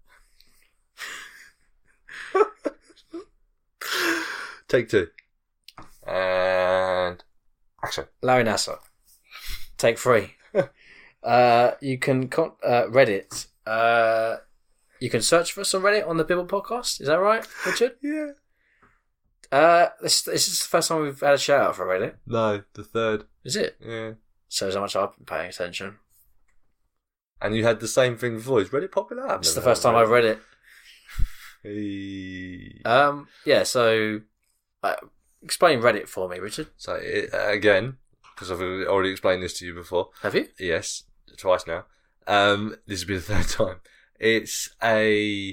[SPEAKER 3] (laughs) Take two. And action.
[SPEAKER 2] Larry Nasser. Take three. (laughs) uh, you can con- uh, Reddit. Uh, you can search for us on Reddit on the Bibble podcast. Is that right, Richard?
[SPEAKER 3] Yeah.
[SPEAKER 2] Uh, this this is the first time we've had a shout out for Reddit.
[SPEAKER 3] No, the third.
[SPEAKER 2] Is it?
[SPEAKER 3] Yeah.
[SPEAKER 2] Shows how much I've been paying attention.
[SPEAKER 3] And you had the same thing before. It's really popular. I've
[SPEAKER 2] It's the
[SPEAKER 3] never
[SPEAKER 2] first
[SPEAKER 3] heard
[SPEAKER 2] time I've
[SPEAKER 3] of
[SPEAKER 2] read it.
[SPEAKER 3] it. Hey.
[SPEAKER 2] Um, yeah. So, uh, explain Reddit for me, Richard.
[SPEAKER 3] So it, again, because I've already explained this to you before.
[SPEAKER 2] Have you?
[SPEAKER 3] Yes, twice now. Um, this will be the third (laughs) time. It's a.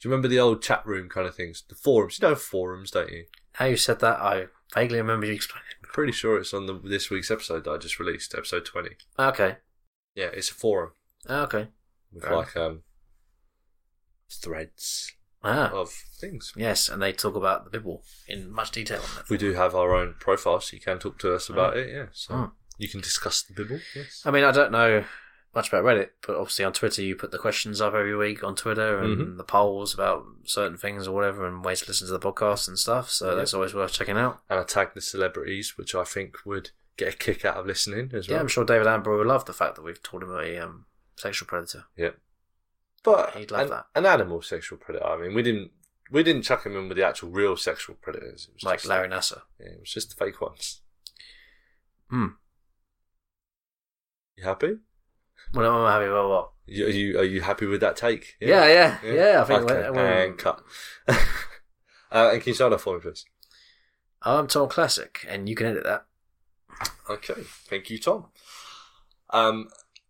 [SPEAKER 3] Do you remember the old chat room kind of things? The forums. You know forums, don't you?
[SPEAKER 2] How you said that? I vaguely remember you explaining.
[SPEAKER 3] I'm pretty sure it's on the, this week's episode that I just released, episode twenty.
[SPEAKER 2] Okay.
[SPEAKER 3] Yeah, it's a forum
[SPEAKER 2] Okay.
[SPEAKER 3] with
[SPEAKER 2] Fair
[SPEAKER 3] like um threads
[SPEAKER 2] Ah.
[SPEAKER 3] of things.
[SPEAKER 2] Yes, and they talk about the Bible in much detail. On that.
[SPEAKER 3] We do have our own profile, so you can talk to us about it. Yeah, so
[SPEAKER 2] Mm.
[SPEAKER 3] you can discuss the Bible. Yes.
[SPEAKER 2] I mean, I don't know much about Reddit, but obviously on Twitter you put the questions up every week on Twitter and
[SPEAKER 3] Mm-hmm.
[SPEAKER 2] the polls about certain things or whatever and ways to listen to the podcast and stuff. So
[SPEAKER 3] Yeah.
[SPEAKER 2] that's always worth checking out.
[SPEAKER 3] And I tagged the celebrities, which I think would get a kick out of listening as
[SPEAKER 2] Yeah,
[SPEAKER 3] well.
[SPEAKER 2] I'm sure David Amber will love the fact that we've told him a um, sexual predator.
[SPEAKER 3] But
[SPEAKER 2] He'd love
[SPEAKER 3] an,
[SPEAKER 2] that.
[SPEAKER 3] an animal sexual predator. I mean, we didn't we didn't chuck him in with the actual real sexual predators. It was
[SPEAKER 2] like
[SPEAKER 3] just,
[SPEAKER 2] Larry Nasser.
[SPEAKER 3] yeah, it was just the fake ones.
[SPEAKER 2] Hmm.
[SPEAKER 3] You happy?
[SPEAKER 2] Well, I'm happy about what?
[SPEAKER 3] You, are you are you happy with that take?
[SPEAKER 2] Yeah, yeah, yeah.
[SPEAKER 3] Yeah.
[SPEAKER 2] I think
[SPEAKER 3] okay.
[SPEAKER 2] we're, we're-
[SPEAKER 3] and cut. (laughs) uh, and can you start off for me, please?
[SPEAKER 2] I'm Tom Classic, and you can edit that.
[SPEAKER 3] Okay, thank you, Tom. Um,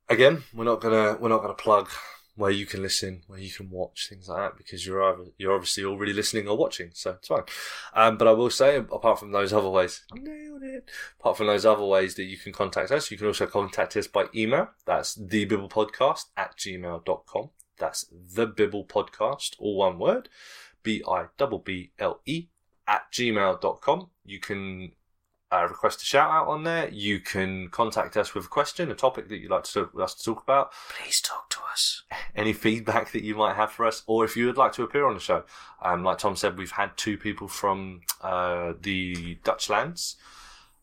[SPEAKER 3] again, we're not gonna we're not gonna plug where you can listen, where you can watch things like that, because you're either, you're obviously already listening or watching, so it's fine. Um, but I will say, apart from those other ways, nailed it. Apart from those other ways that you can contact us, you can also contact us by email. That's thebibblepodcast at gmail.com. That's the Bibble Podcast, all one word, B I double B L E at gmail.com. You can uh, request a shout out on there. You can contact us with a question, a topic that you'd like to, us to talk about,
[SPEAKER 2] Please talk to us.
[SPEAKER 3] any feedback that you might have for us, or if you would like to appear on the show. Um, like Tom said, we've had two people from uh, the Dutch lands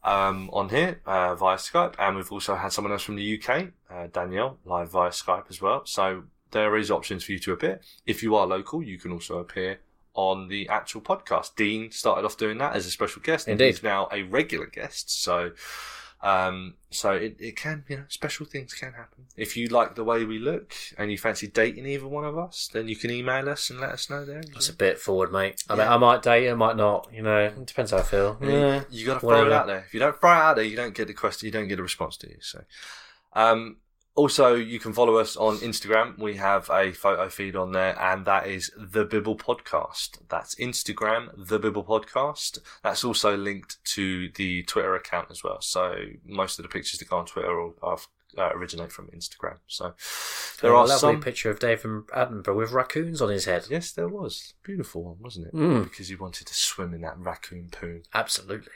[SPEAKER 3] um, on here uh, via Skype, and we've also had someone else from the UK, uh, Danielle, live via Skype as well. So there is options for you to appear. If you are local, you can also appear on the actual podcast. Dean started off doing that as a special guest, and
[SPEAKER 2] Indeed.
[SPEAKER 3] he's now a regular guest. So. Um, so it, it can, you know, special things can happen. If you like the way we look and you fancy dating either one of us, then you can email us and let us know there.
[SPEAKER 2] That's a bit forward, mate. I, mean,
[SPEAKER 3] Yeah.
[SPEAKER 2] I might date, I might not. You know, it depends how I feel.
[SPEAKER 3] Yeah, you got to throw it
[SPEAKER 2] whatever.
[SPEAKER 3] out there. If you don't throw it out there, you don't get the question. You don't get a response to you. So, um, also you can follow us on Instagram. We have a photo feed on there, and that is the Bibble Podcast. That's Instagram, the Bibble Podcast. That's also linked to the Twitter account as well. So most of the pictures that go on Twitter are, are uh, originate from Instagram. So there
[SPEAKER 2] There
[SPEAKER 3] are
[SPEAKER 2] a lovely
[SPEAKER 3] some.
[SPEAKER 2] picture of David Attenborough with raccoons on his head.
[SPEAKER 3] Yes, there was beautiful one, wasn't it?
[SPEAKER 2] Mm,
[SPEAKER 3] Because he wanted to swim in that raccoon poo.
[SPEAKER 2] absolutely.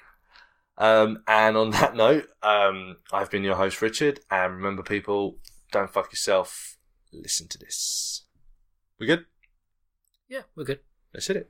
[SPEAKER 3] Um, and on (laughs) that note, um, I've been your host, Richard. And remember, people, don't fuck yourself. Listen to this. We good?
[SPEAKER 2] Yeah, we're good.
[SPEAKER 3] That's it.